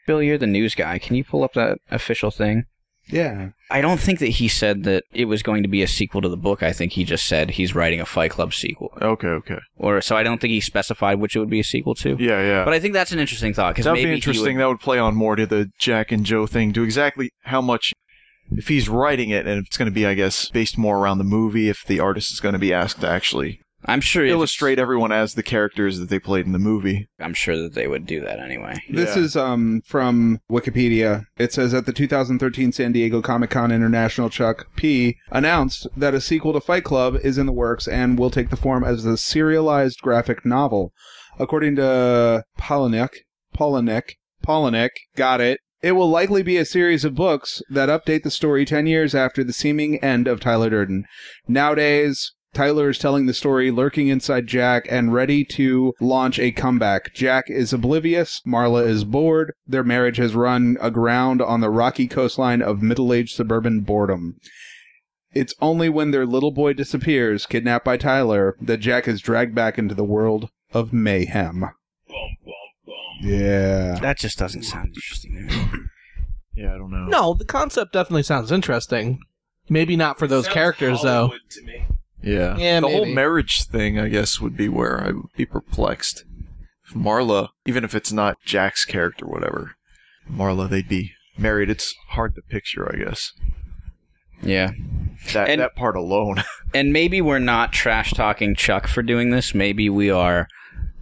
[SPEAKER 2] Bill, you're the news guy. Can you pull up that official thing?
[SPEAKER 3] Yeah.
[SPEAKER 2] I don't think that he said that it was going to be a sequel to the book. I think he just said he's writing a Fight Club sequel.
[SPEAKER 1] Okay, okay,
[SPEAKER 2] Or so I don't think he specified which it would be a sequel to.
[SPEAKER 1] yeah, yeah.
[SPEAKER 2] But I think that's an interesting thought because
[SPEAKER 1] that would
[SPEAKER 2] maybe
[SPEAKER 1] be
[SPEAKER 2] he
[SPEAKER 1] interesting.
[SPEAKER 2] would-
[SPEAKER 1] That would play on more to the Jack and Joe thing, to exactly how much, if he's writing it, and if it's going to be, I guess, based more around the movie, if the artist is going to be asked to actually
[SPEAKER 2] I'm sure. if-
[SPEAKER 1] illustrate everyone as the characters that they played in the movie.
[SPEAKER 2] I'm sure that they would do that anyway.
[SPEAKER 3] This
[SPEAKER 1] Yeah.
[SPEAKER 3] is um from Wikipedia. It says at the 2013 San Diego Comic Con International, Chuck P announced that a sequel to Fight Club is in the works and will take the form as a serialized graphic novel, according to Polinick. Polinick. Polinick. Got it. It will likely be a series of books that update the story 10 years after the seeming end of Tyler Durden. Nowadays, Tyler is telling the story lurking inside Jack and ready to launch a comeback. Jack is oblivious, Marla is bored, their marriage has run aground on the rocky coastline of middle aged suburban boredom. It's only when their little boy disappears, kidnapped by Tyler, that Jack is dragged back into the world of mayhem. Yeah.
[SPEAKER 2] That just doesn't sound interesting. to me.
[SPEAKER 1] Yeah, I don't know.
[SPEAKER 4] No, the concept definitely sounds interesting. Maybe not for those
[SPEAKER 6] Sounds
[SPEAKER 4] characters
[SPEAKER 6] Hollywood To me.
[SPEAKER 1] Yeah.
[SPEAKER 4] Yeah,
[SPEAKER 1] the whole
[SPEAKER 4] maybe.
[SPEAKER 1] marriage thing, I guess, would be where I would be perplexed. If Marla, even if it's not Jack's character, whatever, Marla, they'd be married. It's hard to picture, I guess.
[SPEAKER 2] yeah.
[SPEAKER 1] That
[SPEAKER 2] And-
[SPEAKER 1] that part alone. [LAUGHS]
[SPEAKER 2] and maybe we're not trash talking Chuck for doing this. Maybe we are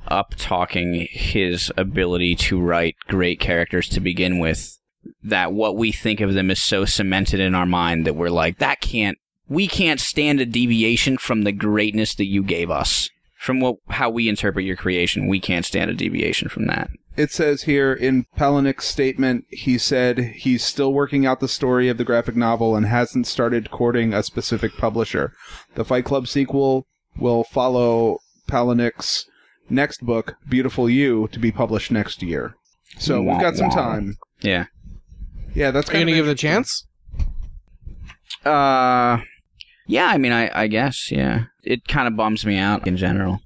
[SPEAKER 2] up talking his ability to write great characters to begin with. That what we think of them is so cemented in our mind that we're like, that can't, we can't stand a deviation from the greatness that you gave us from what how we interpret your creation, we can't stand a deviation from that.
[SPEAKER 3] It says here in Palinik's statement, he said he's still working out the story of the graphic novel and hasn't started courting a specific publisher. The Fight Club sequel will follow Palinik's next book, Beautiful You, to be published next year. So we've got some
[SPEAKER 2] Wah, wah.
[SPEAKER 3] time.
[SPEAKER 2] Yeah.
[SPEAKER 3] Yeah, that's
[SPEAKER 4] Are you
[SPEAKER 3] kind
[SPEAKER 4] gonna
[SPEAKER 3] of
[SPEAKER 4] give it a chance?
[SPEAKER 2] Uh, yeah. I mean, I I guess yeah. It kind of bums me out in general.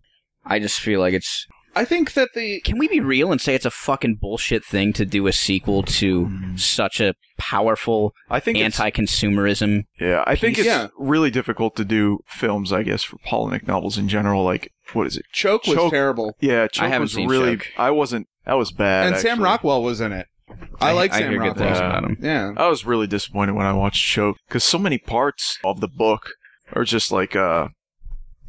[SPEAKER 2] I just feel like it's.
[SPEAKER 3] I think that the
[SPEAKER 2] Can we be real and say it's a fucking bullshit thing to do a sequel to such a powerful
[SPEAKER 1] I think it's-
[SPEAKER 2] anti-consumerism?
[SPEAKER 1] Yeah, I think it's
[SPEAKER 3] Yeah.
[SPEAKER 1] really difficult to do films, I guess, for Polinic novels in general. Like, what is it?
[SPEAKER 3] choke was
[SPEAKER 1] Choke-
[SPEAKER 3] terrible,
[SPEAKER 1] Yeah, Choke
[SPEAKER 2] haven't
[SPEAKER 1] was
[SPEAKER 2] seen
[SPEAKER 1] really.
[SPEAKER 2] Choke.
[SPEAKER 1] I wasn't. That was bad.
[SPEAKER 3] and Sam
[SPEAKER 1] actually.
[SPEAKER 3] Rockwell was in it. I, like
[SPEAKER 2] I
[SPEAKER 3] Sam
[SPEAKER 2] hear good
[SPEAKER 3] Rockwell.
[SPEAKER 2] things
[SPEAKER 1] Yeah.
[SPEAKER 2] about him.
[SPEAKER 3] Yeah,
[SPEAKER 1] I was really disappointed when I watched Choke because so many parts of the book are just like uh,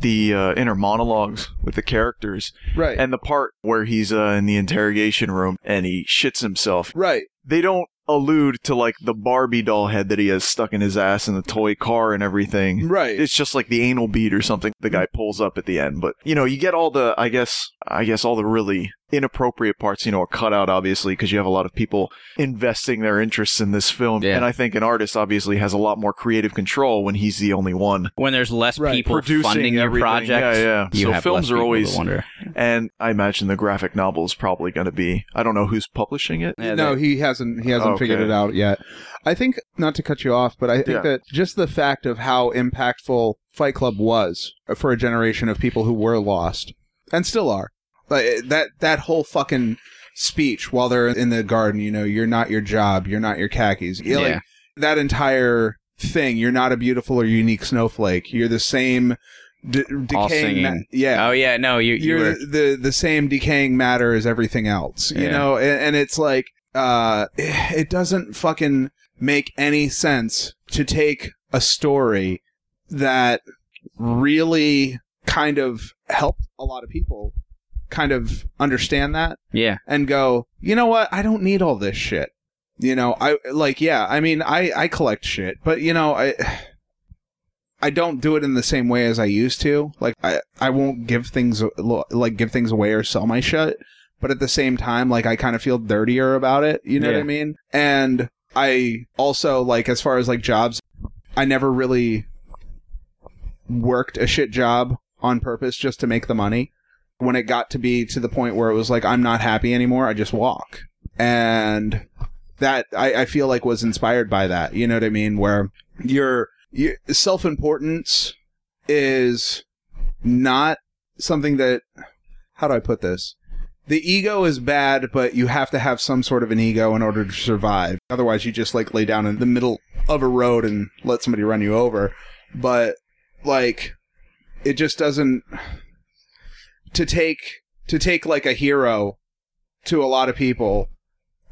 [SPEAKER 1] the uh, inner monologues with the characters,
[SPEAKER 3] right,
[SPEAKER 1] and the part where he's uh, in the interrogation room and he shits himself.
[SPEAKER 3] right.
[SPEAKER 1] They don't allude to like the Barbie doll head that he has stuck in his ass and the toy car and everything.
[SPEAKER 3] Right.
[SPEAKER 1] it's just like the anal bead or something the guy pulls up at the end but you know you get all the i guess i guess all the really inappropriate parts you know are cut out obviously because you have a lot of people investing their interests in this film
[SPEAKER 2] Yeah.
[SPEAKER 1] and i think an artist obviously has a lot more creative control when he's the only one
[SPEAKER 2] When there's less
[SPEAKER 3] Right.
[SPEAKER 2] people
[SPEAKER 1] Producing
[SPEAKER 2] funding your
[SPEAKER 1] everything.
[SPEAKER 2] project,
[SPEAKER 1] Yeah, yeah.
[SPEAKER 2] you
[SPEAKER 1] So
[SPEAKER 2] have
[SPEAKER 1] films
[SPEAKER 2] less
[SPEAKER 1] are
[SPEAKER 2] people to
[SPEAKER 1] always-
[SPEAKER 2] wonder.
[SPEAKER 1] and i imagine the graphic novel is probably going to be i don't know who's publishing it
[SPEAKER 2] Yeah,
[SPEAKER 3] no,
[SPEAKER 2] they-
[SPEAKER 3] he hasn't. He hasn't
[SPEAKER 1] Okay.
[SPEAKER 3] figured it out yet. I think not to cut you off, but I think
[SPEAKER 1] Yeah.
[SPEAKER 3] that just the fact of how impactful Fight Club was for a generation of people who were lost and still are, like eh, that that whole fucking speech while they're in the garden. You know, you're not your job. You're not your khakis. You know, like,
[SPEAKER 2] Yeah.
[SPEAKER 3] that entire thing. You're not a beautiful or unique snowflake. You're the same. De-
[SPEAKER 2] All
[SPEAKER 3] decaying, ma-
[SPEAKER 2] singing.
[SPEAKER 3] yeah
[SPEAKER 2] Oh yeah, no, you you
[SPEAKER 3] you're
[SPEAKER 2] were
[SPEAKER 3] the the same decaying matter as everything else you
[SPEAKER 2] Yeah.
[SPEAKER 3] know and, and it's like uh it doesn't fucking make any sense to take a story that really kind of helped a lot of people kind of understand that
[SPEAKER 2] yeah.
[SPEAKER 3] and go, you know what? I don't need all this shit. You know, I like, yeah, I mean, I, I collect shit, but you know, I, [SIGHS] I don't do it in the same way as I used to. Like, I, I won't give things, like, give things away or sell my shit. But at the same time, like, I kind of feel dirtier about it. You know what I
[SPEAKER 2] Yeah.
[SPEAKER 3] mean? And I also, like, as far as like jobs, I never really worked a shit job on purpose just to make the money. When it got to be to the point where it was like, I'm not happy anymore, I just walk. And that I, I feel like was inspired by that. You know what I mean? Where your, your self importance is not something that, how do I put this? The ego is bad, but you have to have some sort of an ego in order to survive. Otherwise, you just like lay down in the middle of a road and let somebody run you over. But like it just doesn't to take to take like a hero to a lot of people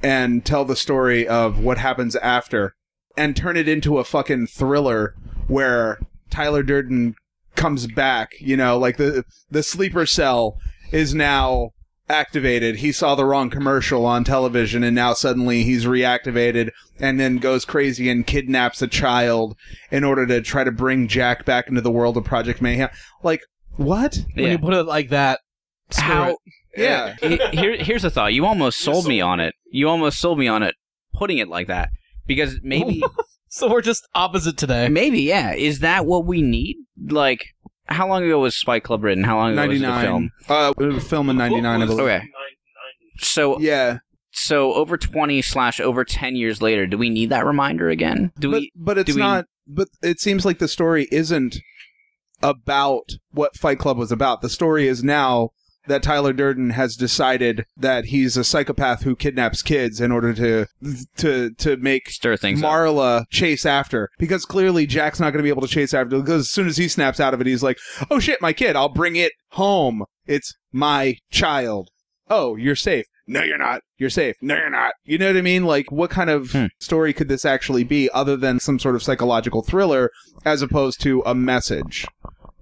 [SPEAKER 3] and tell the story of what happens after and turn it into a fucking thriller where Tyler Durden comes back, you know, like the the sleeper cell is now activated. He saw the wrong commercial on television and now suddenly he's reactivated and then goes crazy and kidnaps a child in order to try to bring Jack back into the world of Project Mayhem. Like, what?
[SPEAKER 4] When
[SPEAKER 2] Yeah.
[SPEAKER 4] you put it like that, screw
[SPEAKER 2] How
[SPEAKER 4] it.
[SPEAKER 3] Yeah.
[SPEAKER 2] He- Here, here's the thought. You almost sold me on it. You almost sold me on it putting it like that. Because
[SPEAKER 1] [LAUGHS]
[SPEAKER 2] maybe,
[SPEAKER 4] So we're just opposite today.
[SPEAKER 2] maybe, yeah. Is that what we need? Like, how long ago was Spy Club written? How long ago was the
[SPEAKER 3] 99.
[SPEAKER 2] film?
[SPEAKER 3] Uh, it was a film in 99, I
[SPEAKER 6] What was
[SPEAKER 3] believe.
[SPEAKER 2] Okay. So,
[SPEAKER 3] Yeah.
[SPEAKER 2] so over twenty slash over ten years later, do we need that reminder again? Do
[SPEAKER 3] but,
[SPEAKER 2] we?
[SPEAKER 3] but it's
[SPEAKER 2] do we-
[SPEAKER 3] not. But it seems like the story isn't about what Fight Club was about. The story is now that Tyler Durden has decided that he's a psychopath who kidnaps kids in order to to to make
[SPEAKER 2] Stir things up.
[SPEAKER 3] Marla chase after because clearly Jack's not going to be able to chase after because as soon as he snaps out of it, he's like, "Oh shit, my kid! I'll bring it home. It's my child. Oh, you're safe. No, you're not. You're safe. No, you're not. You know what I mean? Like, what kind of
[SPEAKER 2] Hmm.
[SPEAKER 3] story could this actually be other than some sort of psychological thriller as opposed to a message?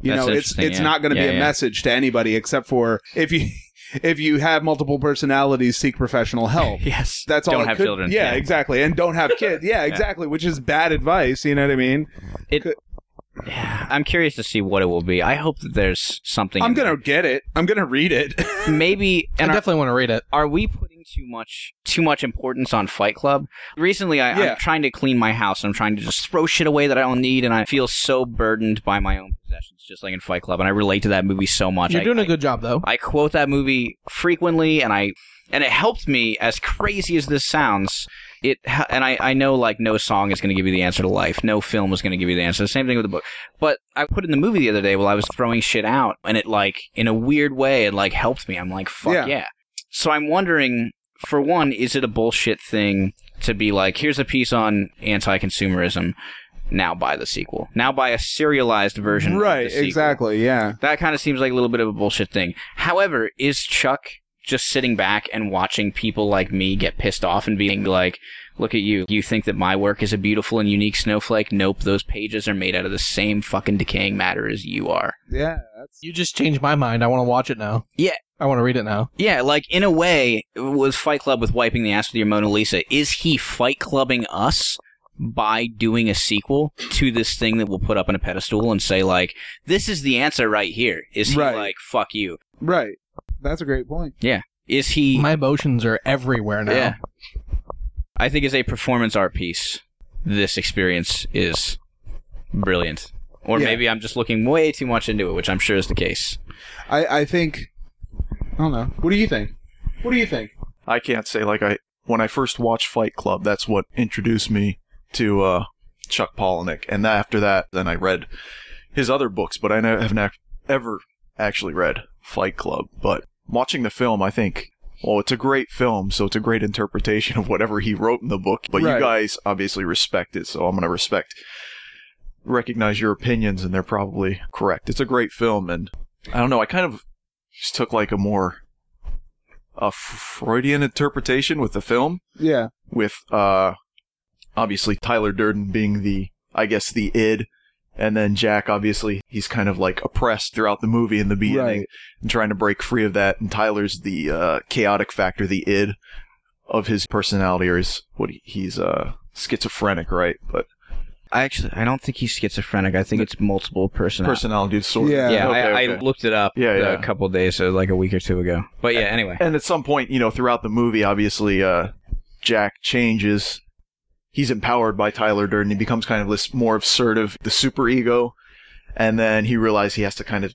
[SPEAKER 3] You
[SPEAKER 2] That's
[SPEAKER 3] know, it's
[SPEAKER 2] interesting,
[SPEAKER 3] it's
[SPEAKER 2] yeah.
[SPEAKER 3] not going to
[SPEAKER 2] Yeah,
[SPEAKER 3] be a
[SPEAKER 2] yeah.
[SPEAKER 3] message to anybody except for if you [LAUGHS] if you have multiple personalities, seek professional help
[SPEAKER 2] Yes.
[SPEAKER 3] that's all
[SPEAKER 2] Don't
[SPEAKER 3] it
[SPEAKER 2] have
[SPEAKER 3] could-
[SPEAKER 2] children.
[SPEAKER 3] Yeah,
[SPEAKER 2] Yeah. [LAUGHS]
[SPEAKER 3] exactly. And don't have kids. Yeah, exactly. Which is bad advice. You know what I mean?
[SPEAKER 2] It-
[SPEAKER 3] Could-
[SPEAKER 2] Yeah, I'm curious to see what it will be. I hope that there's something.
[SPEAKER 3] I'm
[SPEAKER 2] in
[SPEAKER 3] gonna get it. I'm gonna read it. [LAUGHS]
[SPEAKER 2] there. maybe.
[SPEAKER 4] I
[SPEAKER 2] And are,
[SPEAKER 4] definitely want to read it.
[SPEAKER 2] are we putting too much too much importance on Fight Club? Recently, I,
[SPEAKER 3] Yeah.
[SPEAKER 2] I'm trying to clean my house. I'm trying to just throw shit away that I don't need, and I feel so burdened by my own possessions, just like in Fight Club. And I relate to that movie so much.
[SPEAKER 4] You're
[SPEAKER 2] I-
[SPEAKER 4] doing
[SPEAKER 2] I-
[SPEAKER 4] a good job though.
[SPEAKER 2] I quote that movie frequently, and I and it helped me. As crazy as this sounds, it ha- and I I know like no song is going to give you the answer to life, no film is going to give you the answer. The same thing with the book. But I put in the movie the other day while I was throwing shit out, and it like in a weird way it like helped me. I'm like fuck
[SPEAKER 3] Yeah.
[SPEAKER 2] yeah. So I'm wondering, for one, is it a bullshit thing to be like, here's a piece on anti-consumerism. Now buy the sequel. Now buy a serialized version. Of
[SPEAKER 3] right.
[SPEAKER 2] the sequel.
[SPEAKER 3] Exactly. Yeah.
[SPEAKER 2] That kind of seems like a little bit of a bullshit thing. However, is Chuck just sitting back and watching people like me get pissed off and being like, look at you. You think that my work is a beautiful and unique snowflake? Nope. Those pages are made out of the same fucking decaying matter as you are.
[SPEAKER 3] Yeah. That's
[SPEAKER 4] You just changed my mind. I want to watch it now.
[SPEAKER 2] Yeah.
[SPEAKER 4] I want to read it now.
[SPEAKER 2] Yeah, like in a way, was Fight Club with wiping the ass with your Mona Lisa, is he fight clubbing us by doing a sequel to this thing that we'll put up on a pedestal and say like, this is the answer right here? Is he
[SPEAKER 3] Right.
[SPEAKER 2] like, fuck you?
[SPEAKER 3] right. That's a great point.
[SPEAKER 2] Is he
[SPEAKER 4] My emotions are everywhere now.
[SPEAKER 2] Yeah. I think as a performance art piece, this experience is brilliant. Or
[SPEAKER 3] Yeah.
[SPEAKER 2] maybe I'm just looking way too much into it, which I'm sure is the case.
[SPEAKER 3] I I think. I don't know. What do you think? What do you think?
[SPEAKER 1] I can't say like I when I first watched Fight Club, that's what introduced me to uh, Chuck Palahniuk, and that, after that, then I read his other books, but I ne- have not ever actually read Fight Club. But watching the film, I think. Well, it's a great film, so it's a great interpretation of whatever he wrote in the book. But
[SPEAKER 3] Right.
[SPEAKER 1] you guys obviously respect it, so I'm going to respect, recognize your opinions, and they're probably correct. It's a great film, and I don't know. I kind of just took like a more a Freudian interpretation with the film,
[SPEAKER 3] Yeah.
[SPEAKER 1] with uh, obviously Tyler Durden being the, I guess, the id, and then Jack, obviously, he's kind of like oppressed throughout the movie in the beginning
[SPEAKER 3] Right.
[SPEAKER 1] and trying to break free of that, and Tyler's the uh, chaotic factor, the id of his personality, or his, what he, he's uh, schizophrenic, right? But
[SPEAKER 2] I actually, I don't think he's schizophrenic. I think it's multiple personality.
[SPEAKER 1] personality disorder.
[SPEAKER 3] Yeah.
[SPEAKER 2] yeah,
[SPEAKER 1] Okay,
[SPEAKER 2] I, I
[SPEAKER 1] okay.
[SPEAKER 2] looked it up
[SPEAKER 1] Yeah,
[SPEAKER 2] uh,
[SPEAKER 1] yeah.
[SPEAKER 2] a couple days, so like a week or two ago. But yeah, anyway.
[SPEAKER 1] And at some point, you know, throughout the movie, obviously, uh, Jack changes. He's empowered by Tyler Durden. He becomes kind of this more assertive, the superego. And then he realizes he has to kind of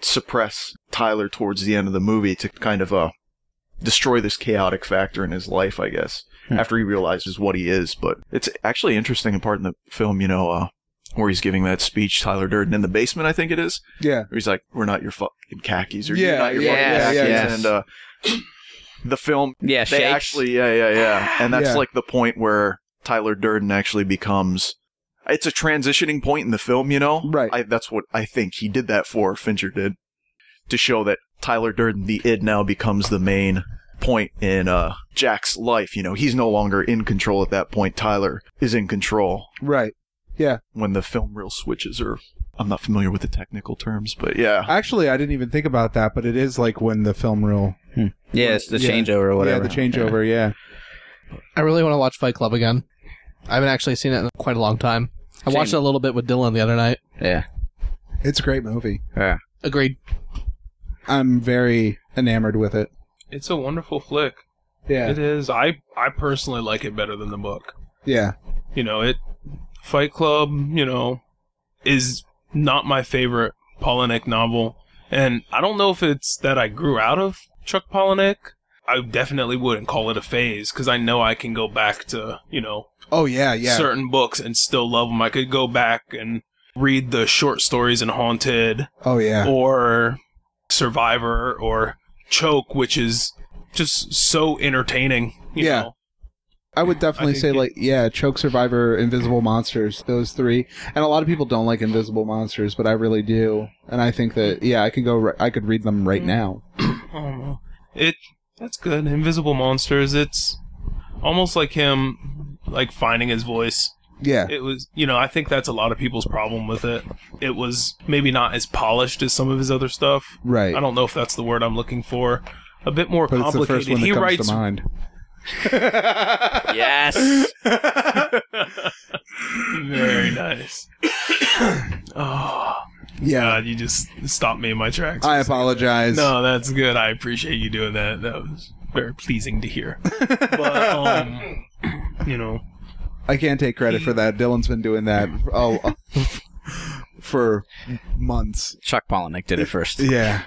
[SPEAKER 1] suppress Tyler towards the end of the movie to kind of uh, destroy this chaotic factor in his life, I guess,
[SPEAKER 2] Hmm.
[SPEAKER 1] after he realizes what he is. But it's actually interesting part in the film, you know, uh, where he's giving that speech, Tyler Durden, in the basement, I think it is.
[SPEAKER 3] Yeah.
[SPEAKER 1] Where he's like, "We're not your fucking khakis, or
[SPEAKER 3] Yeah,
[SPEAKER 1] you're not your
[SPEAKER 2] yes,
[SPEAKER 1] fucking khakis."
[SPEAKER 2] yes.
[SPEAKER 1] And uh, the film,
[SPEAKER 2] Yeah,
[SPEAKER 1] they
[SPEAKER 2] shakes.
[SPEAKER 1] actually, yeah, yeah, yeah, and that's
[SPEAKER 3] Yeah.
[SPEAKER 1] like the point where Tyler Durden actually becomes. It's a transitioning point in the film, you know.
[SPEAKER 3] Right.
[SPEAKER 1] I, that's what I think he did that for. Fincher did to show that Tyler Durden, the id, now becomes the main point in uh, Jack's life. You know, he's no longer in control at that point. Tyler is in control
[SPEAKER 3] Right.
[SPEAKER 1] when the film reel switches, or I'm not familiar with the technical terms, but yeah.
[SPEAKER 3] Actually, I didn't even think about that, but it is like when the film rule.
[SPEAKER 2] yeah, it's the
[SPEAKER 3] Yeah.
[SPEAKER 2] changeover or whatever.
[SPEAKER 3] Yeah, the changeover. Yeah.
[SPEAKER 4] I really want to watch Fight Club again. I haven't actually seen it in quite a long time. I watched it
[SPEAKER 2] Same.
[SPEAKER 4] a little bit with Dylan the other night.
[SPEAKER 2] Yeah.
[SPEAKER 3] It's a great movie.
[SPEAKER 2] yeah.
[SPEAKER 4] Agreed.
[SPEAKER 3] I'm very enamored with it.
[SPEAKER 6] It's a wonderful flick.
[SPEAKER 3] Yeah.
[SPEAKER 6] It is. I I personally like it better than the book.
[SPEAKER 3] Yeah.
[SPEAKER 6] You know, it Fight Club, you know, is not my favorite Polinick novel. And I don't know if it's that I grew out of Chuck Palahniuk. I definitely wouldn't call it a phase because I know I can go back to, you know,
[SPEAKER 3] Oh yeah. Yeah.
[SPEAKER 6] certain books and still love them. I could go back and read the short stories in Haunted
[SPEAKER 3] Oh yeah.
[SPEAKER 6] or Survivor or Choke, which is just so entertaining. You
[SPEAKER 3] Yeah.
[SPEAKER 6] Know?
[SPEAKER 3] I would definitely
[SPEAKER 6] think
[SPEAKER 3] say
[SPEAKER 6] it-
[SPEAKER 3] like yeah, Choke Survivor, Invisible Monsters, those three. And a lot of people don't like Invisible Monsters, but I really do. And I think that yeah, I could go. Ri- I could read them right now.
[SPEAKER 6] I don't know. Oh, It that's good. Invisible monsters. It's almost like him, like finding his voice.
[SPEAKER 3] Yeah.
[SPEAKER 6] It was, you know, I think that's a lot of people's problem with it. It was maybe not as polished as some of his other stuff.
[SPEAKER 3] Right.
[SPEAKER 6] I don't know if that's the word I'm looking for. A bit more
[SPEAKER 3] but it's the
[SPEAKER 6] complicated.
[SPEAKER 3] first one that
[SPEAKER 6] he
[SPEAKER 3] comes
[SPEAKER 6] writes
[SPEAKER 3] to mind.
[SPEAKER 2] Yes.
[SPEAKER 6] [LAUGHS] Very nice. [COUGHS] oh,
[SPEAKER 3] Yeah.
[SPEAKER 6] God, you just stopped me in my tracks.
[SPEAKER 3] I apologize.
[SPEAKER 6] No, that's good. I appreciate you doing that. That was very pleasing
[SPEAKER 3] [LAUGHS]
[SPEAKER 6] to hear. but, um, [COUGHS] you know,
[SPEAKER 3] I can't take credit for that. Dylan's been doing that
[SPEAKER 6] [LAUGHS]
[SPEAKER 3] oh, for months.
[SPEAKER 2] Chuck Palahniuk did it first.
[SPEAKER 3] Yeah.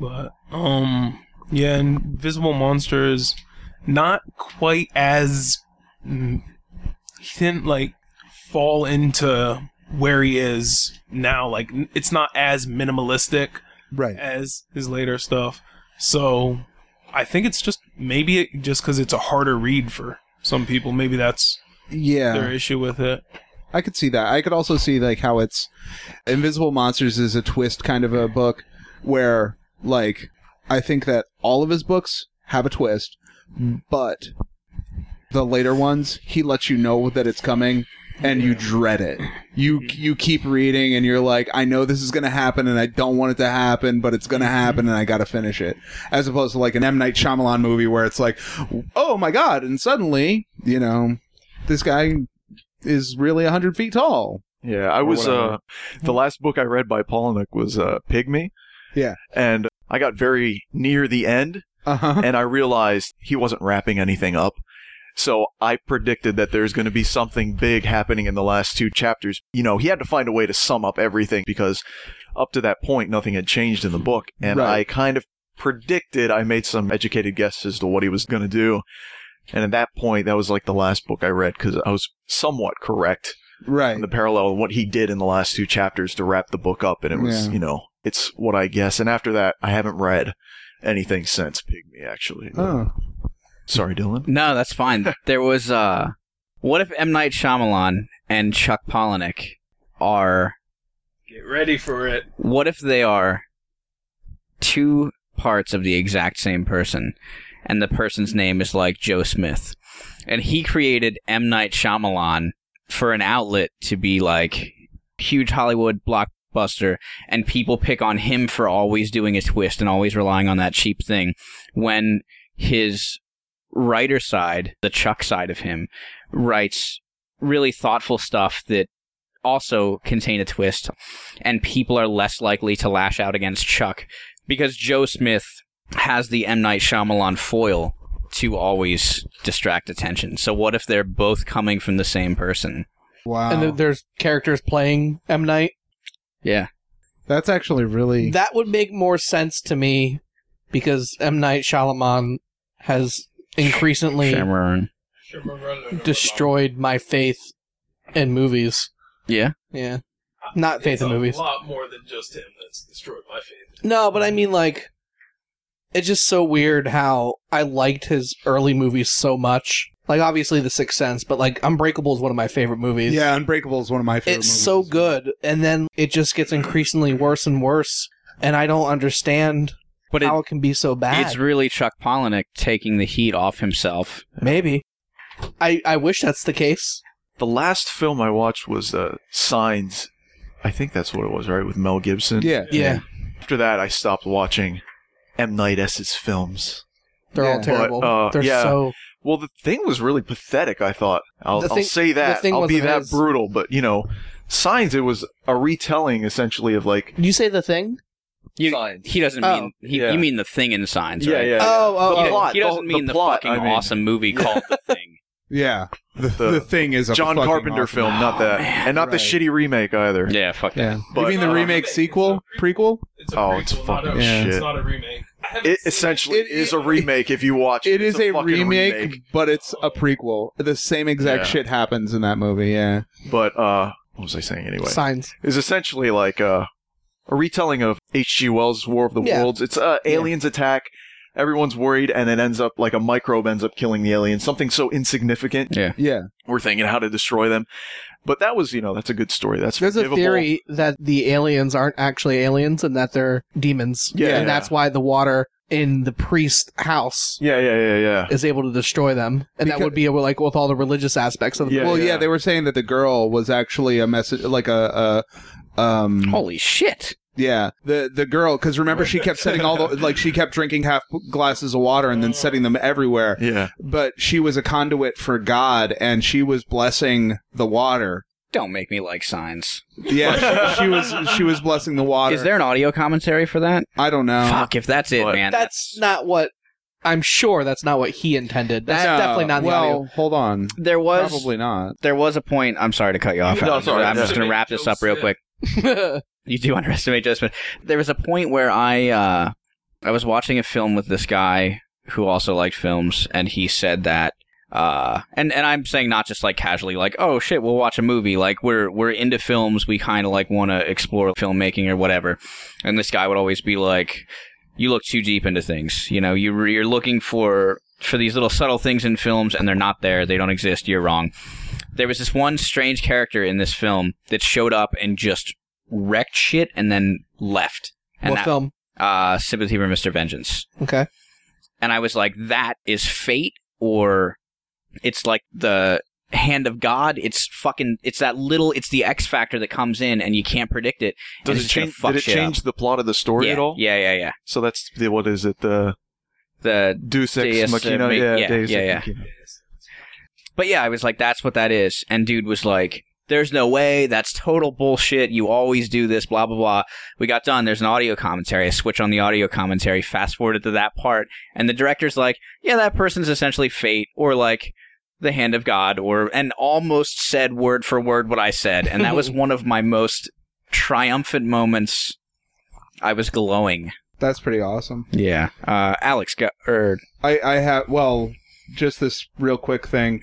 [SPEAKER 6] but, um, yeah, Invisible Monster is not quite as. mm, He didn't, like, fall into where he is now. Like, n- it's not as minimalistic.
[SPEAKER 3] Right.
[SPEAKER 6] as his later stuff. So I think it's just maybe it, just because it's a harder read for some people. Maybe that's their
[SPEAKER 3] Yeah.
[SPEAKER 6] issue with it.
[SPEAKER 3] I could see that. I could also see like how it's Invisible Monsters is a twist kind of a book where like I think that all of his books have a twist, but the later ones he lets you know that it's coming and you dread it. You you keep reading and you're like I know this is going to happen and I don't want it to happen, but it's going to happen and I got to finish it. As opposed to like an M Night Shyamalan movie where it's like oh my god and suddenly, you know, this guy is really 100 feet tall.
[SPEAKER 1] Yeah, I was
[SPEAKER 3] whatever.
[SPEAKER 1] uh the last book I read by Polnick was uh Pygmy.
[SPEAKER 3] Yeah.
[SPEAKER 1] And I got very near the end
[SPEAKER 3] Uh-huh.
[SPEAKER 1] and I realized he wasn't wrapping anything up. So I predicted that there's going to be something big happening in the last two chapters. You know, he had to find a way to sum up everything because up to that point nothing had changed in the book and
[SPEAKER 3] Right.
[SPEAKER 1] I kind of predicted I made some educated guesses as to what he was going to do. And at that point, that was like the last book I read because I was somewhat correct
[SPEAKER 3] Right.
[SPEAKER 1] the parallel of what he did in the last two chapters to wrap the book up and it was
[SPEAKER 3] Yeah.
[SPEAKER 1] you know it's what i guess and after that i haven't read anything since pygmy actually
[SPEAKER 3] Oh.
[SPEAKER 1] sorry dylan
[SPEAKER 2] No, that's fine. there was uh what if M Night Shyamalan and Chuck Palahniuk are
[SPEAKER 6] Get ready for it.
[SPEAKER 2] what if they are two parts of the exact same person and the person's name is like Joe Smith and he created M Night Shyamalan for an outlet to be like huge Hollywood blockbuster and people pick on him for always doing a twist and always relying on that cheap thing when his writer side, the Chuck side of him, writes really thoughtful stuff that also contain a twist, and people are less likely to lash out against Chuck because Joe Smith has the M. Night Shyamalan foil to always distract attention. So, what if they're both coming from the same person?
[SPEAKER 3] Wow.
[SPEAKER 4] And th- there's characters playing M Night.
[SPEAKER 2] Yeah.
[SPEAKER 3] That's actually really.
[SPEAKER 4] That would make more sense to me because M Night Shyamalan has increasingly
[SPEAKER 2] Shyamalan.
[SPEAKER 4] destroyed my faith in movies.
[SPEAKER 2] Yeah.
[SPEAKER 4] Yeah, not faith in movies.
[SPEAKER 6] A lot more than just him that's destroyed my faith.
[SPEAKER 4] No, but I mean, like, it's just so weird how I liked his early movies so much. Like, obviously, The Sixth Sense, but like, Unbreakable is one of my favorite movies.
[SPEAKER 3] yeah, Unbreakable is one of my favorite.
[SPEAKER 4] it's
[SPEAKER 3] movies.
[SPEAKER 4] so good, and then it just gets increasingly worse and worse, and I don't understand
[SPEAKER 2] But it,
[SPEAKER 4] how it can be so bad.
[SPEAKER 2] it's really Chuck Palahniuk taking the heat off himself.
[SPEAKER 4] Maybe. I, I wish that's the case.
[SPEAKER 1] the last film i watched was uh, signs i think that's what it was right with mel gibson
[SPEAKER 3] Yeah.
[SPEAKER 4] Yeah,
[SPEAKER 1] after that i stopped watching m night s's films
[SPEAKER 4] they're all
[SPEAKER 3] Yeah.
[SPEAKER 4] terrible.
[SPEAKER 1] But, uh,
[SPEAKER 4] they're
[SPEAKER 1] yeah.
[SPEAKER 4] so
[SPEAKER 1] well the thing was really pathetic i thought i'll,
[SPEAKER 4] The
[SPEAKER 1] I'll
[SPEAKER 4] thing-
[SPEAKER 1] say that
[SPEAKER 4] thing
[SPEAKER 1] i'll be
[SPEAKER 4] wasn't
[SPEAKER 1] that
[SPEAKER 4] his-
[SPEAKER 1] brutal but you know signs it was a retelling essentially of like
[SPEAKER 4] Did you say the thing?
[SPEAKER 2] You, He doesn't
[SPEAKER 4] Oh,
[SPEAKER 2] mean he,
[SPEAKER 1] yeah.
[SPEAKER 2] you mean the thing in signs, right?
[SPEAKER 4] Oh, oh,
[SPEAKER 1] The
[SPEAKER 4] oh.
[SPEAKER 2] He,
[SPEAKER 1] plot,
[SPEAKER 2] he doesn't
[SPEAKER 1] the-
[SPEAKER 2] mean the,
[SPEAKER 1] plot,
[SPEAKER 2] fucking
[SPEAKER 1] I mean.
[SPEAKER 2] awesome movie called The Thing.
[SPEAKER 3] Yeah. The,
[SPEAKER 1] The-
[SPEAKER 3] the thing is a
[SPEAKER 1] John
[SPEAKER 3] fucking
[SPEAKER 1] Carpenter
[SPEAKER 3] awesome-
[SPEAKER 1] film, not that, and not the
[SPEAKER 3] Right.
[SPEAKER 1] shitty remake either.
[SPEAKER 2] [LAUGHS] Yeah, fuck that.
[SPEAKER 3] Yeah.
[SPEAKER 1] But-
[SPEAKER 3] you mean the
[SPEAKER 1] Uh,
[SPEAKER 3] remake, sequel, prequel?
[SPEAKER 6] It's
[SPEAKER 1] a Oh, prequel, it's not a- fucking
[SPEAKER 3] Yeah.
[SPEAKER 1] shit.
[SPEAKER 6] It's not a remake. I haven't
[SPEAKER 1] It
[SPEAKER 6] seen
[SPEAKER 1] essentially
[SPEAKER 3] It-
[SPEAKER 1] is
[SPEAKER 3] it-
[SPEAKER 1] a remake if you watch it.
[SPEAKER 3] It is
[SPEAKER 1] It's
[SPEAKER 3] a,
[SPEAKER 1] fucking
[SPEAKER 3] remake, but it's a prequel. The same exact
[SPEAKER 1] Yeah.
[SPEAKER 3] shit happens in that movie. Yeah.
[SPEAKER 1] But uh, what was I saying anyway?
[SPEAKER 4] Signs.
[SPEAKER 1] Is essentially like a, a retelling of H.G. Wells' War of the
[SPEAKER 4] Yeah.
[SPEAKER 1] Worlds. It's uh, aliens attack. Everyone's worried, and it ends up like a microbe ends up killing the aliens. Something so insignificant.
[SPEAKER 3] Yeah.
[SPEAKER 1] We're thinking how to destroy them. But that was, you know, that's a good story. That's
[SPEAKER 4] There's a
[SPEAKER 1] forgivable.
[SPEAKER 4] theory that the aliens aren't actually aliens and that they're demons.
[SPEAKER 1] Yeah,
[SPEAKER 4] and
[SPEAKER 1] yeah.
[SPEAKER 4] that's why the water in the priest house
[SPEAKER 1] Yeah, yeah, yeah, yeah.
[SPEAKER 4] is able to destroy them. And that
[SPEAKER 3] Because-
[SPEAKER 4] would be uh, like with all the religious aspects of the
[SPEAKER 1] Yeah,
[SPEAKER 3] Well, yeah. they were saying that the girl was actually a message, like a, a um,
[SPEAKER 2] Holy shit!
[SPEAKER 3] Yeah, the the girl because remember she kept setting all the like she kept drinking half glasses of water and then setting them everywhere.
[SPEAKER 1] Yeah.
[SPEAKER 3] But she was a conduit for God and she was blessing the water.
[SPEAKER 2] Don't make me like signs.
[SPEAKER 3] Yeah, she, she was she was blessing the water.
[SPEAKER 2] Is there an audio commentary for that?
[SPEAKER 3] I don't know.
[SPEAKER 2] Fuck, if that's it,
[SPEAKER 1] What?
[SPEAKER 2] man.
[SPEAKER 4] That's not what. I'm sure that's not what he intended. That's
[SPEAKER 3] No.
[SPEAKER 4] definitely not in the
[SPEAKER 3] well,
[SPEAKER 4] audio.
[SPEAKER 3] hold on.
[SPEAKER 2] there was
[SPEAKER 3] Probably not.
[SPEAKER 2] there was a point. I'm sorry to cut you off.
[SPEAKER 1] No,
[SPEAKER 2] Adam.
[SPEAKER 1] sorry.
[SPEAKER 2] I'm just
[SPEAKER 1] Yeah.
[SPEAKER 2] going to wrap this up real
[SPEAKER 6] Joseph.
[SPEAKER 2] quick.
[SPEAKER 4] [LAUGHS]
[SPEAKER 2] You do [LAUGHS] underestimate Joe Smith. There was a point where I uh, I was watching a film with this guy who also liked films, and he said that. Uh, and, and I'm saying not just like casually, like oh shit, we'll watch a movie. Like we're we're into films, we kind of like want to explore filmmaking or whatever. And this guy would always be like, "You look too deep into things. You know, you you're looking for for these little subtle things in films, and they're not there. They don't exist. You're wrong." There was this one strange character in this film that showed up and just wrecked shit and then left. And
[SPEAKER 4] what
[SPEAKER 2] that,
[SPEAKER 4] film?
[SPEAKER 2] Uh, Sympathy for Mr. Vengeance.
[SPEAKER 4] Okay.
[SPEAKER 2] And I was like, that is fate, or it's like the hand of God. It's fucking, it's that little, it's the X factor that comes in and you can't predict it. and
[SPEAKER 1] Does
[SPEAKER 2] it's
[SPEAKER 1] it
[SPEAKER 2] gonna
[SPEAKER 1] change?
[SPEAKER 2] fuck
[SPEAKER 1] Did it
[SPEAKER 2] shit up.
[SPEAKER 1] change the plot of the story
[SPEAKER 2] yeah,
[SPEAKER 1] at all?
[SPEAKER 2] Yeah, yeah, yeah.
[SPEAKER 1] So that's the, what is it? The
[SPEAKER 2] The
[SPEAKER 1] Deus Ex
[SPEAKER 2] Deus, uh,
[SPEAKER 1] Machina.
[SPEAKER 2] ma-
[SPEAKER 1] yeah,
[SPEAKER 2] yeah,
[SPEAKER 1] Deus
[SPEAKER 2] yeah,
[SPEAKER 1] Ex
[SPEAKER 2] yeah.
[SPEAKER 1] Machina.
[SPEAKER 2] But yeah, I was like, that's what that is. And dude was like, there's no way. That's total bullshit. You always do this, blah, blah, blah. We got done. There's an audio commentary. I switch on the audio commentary, fast forwarded to that part. And the director's like, yeah, that person's essentially fate or like the hand of God or, and almost said word for word what I said. And that was one of my most triumphant moments. I was glowing.
[SPEAKER 3] That's pretty awesome.
[SPEAKER 2] Yeah. Uh, Alex, go, or
[SPEAKER 3] I, I have, well, just this real quick thing.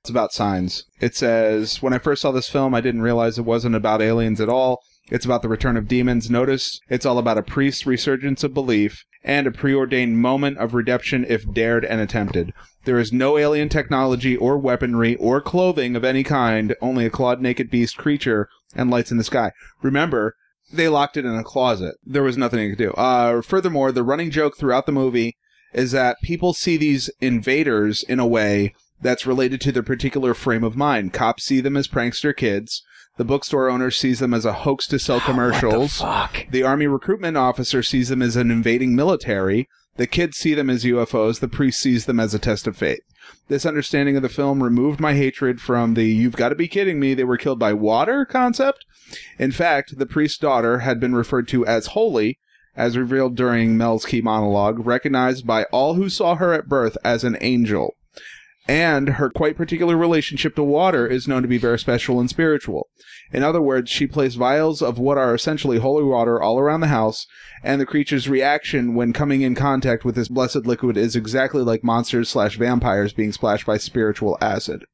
[SPEAKER 3] It's about signs. It says, When I first saw this film, I didn't realize it wasn't about aliens at all. It's about the return of demons. Notice it's all about a priest's resurgence of belief and a preordained moment of redemption if dared and attempted. There is no alien technology or weaponry or clothing of any kind, only a clawed naked beast creature and lights in the sky. Remember, they locked it in a closet. There was nothing you could do. Uh, furthermore, the running joke throughout the movie is that people see these invaders in a way that's related to their particular frame of mind. Cops see them as prankster kids. The bookstore owner sees them as a hoax to sell commercials.
[SPEAKER 2] fuck.
[SPEAKER 3] The army recruitment officer sees them as an invading military. The kids see them as UFOs. The priest sees them as a test of faith. This understanding of the film removed my hatred from the you've got to be kidding me, they were killed by water concept. In fact, the priest's daughter had been referred to as holy, as revealed during Mel's key monologue, recognized by all who saw her at birth as an angel. And her quite particular relationship to water is known to be very special and spiritual. In other words, she placed vials of what are essentially holy water all around the house, and the creature's reaction when coming in contact with this blessed liquid is exactly like monsters slash vampires being splashed by spiritual acid.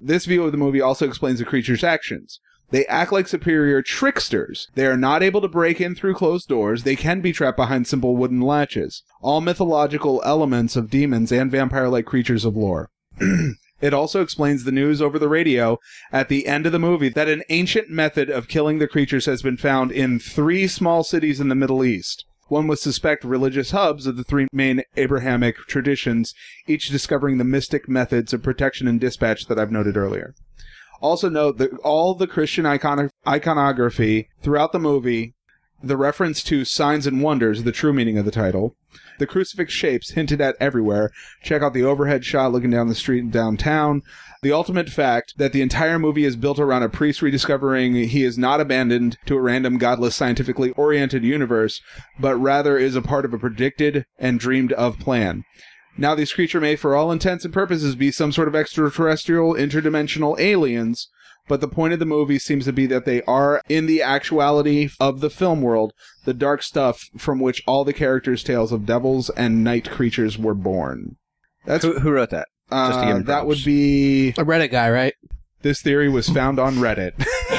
[SPEAKER 3] This view of the movie also explains the creature's actions. They act like superior tricksters. They are not able to break in through closed doors. They can be trapped behind simple wooden latches. All mythological elements of demons and vampire like creatures of lore. [CLEARS THROAT] It also explains the news over the radio at the end of the movie that an ancient method of killing the creatures has been found in three small cities in the Middle East. One would suspect religious hubs of the three main Abrahamic traditions, each discovering the mystic methods of protection and dispatch that I've noted earlier. Also note that all the Christian icono- iconography throughout the movie, the reference to signs and wonders, the true meaning of the title, the crucifix shapes hinted at everywhere. Check out the overhead shot looking down the street downtown. The ultimate fact that the entire movie is built around a priest rediscovering he is not abandoned to a random godless scientifically oriented universe, but rather is a part of a predicted and dreamed of plan. Now, this creature may, for all intents and purposes, be some sort of extraterrestrial, interdimensional aliens, but the point of the movie seems to be that they are, in the actuality of the film world, the dark stuff from which all the characters' tales of devils and night creatures were born. That's
[SPEAKER 2] who, who wrote that?
[SPEAKER 3] uh,
[SPEAKER 2] just to give him
[SPEAKER 3] that
[SPEAKER 2] props.
[SPEAKER 3] would be
[SPEAKER 4] A Reddit guy, right?
[SPEAKER 3] this theory was found on Reddit. [LAUGHS]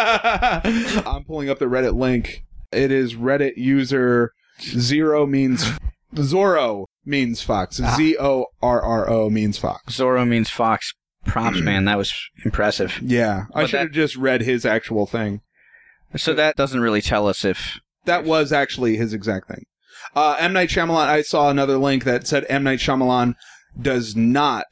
[SPEAKER 3] I'm pulling up the Reddit link. It is Reddit user zero means Zorro means fox. Z O R R O means fox.
[SPEAKER 2] Zorro means Fox. Props, man. That was impressive.
[SPEAKER 3] Yeah, I
[SPEAKER 2] But
[SPEAKER 3] should have just read his actual thing.
[SPEAKER 2] So that doesn't really tell us if
[SPEAKER 3] That was actually his exact thing. Uh, M Night Shyamalan. I saw another link that said M Night Shyamalan does not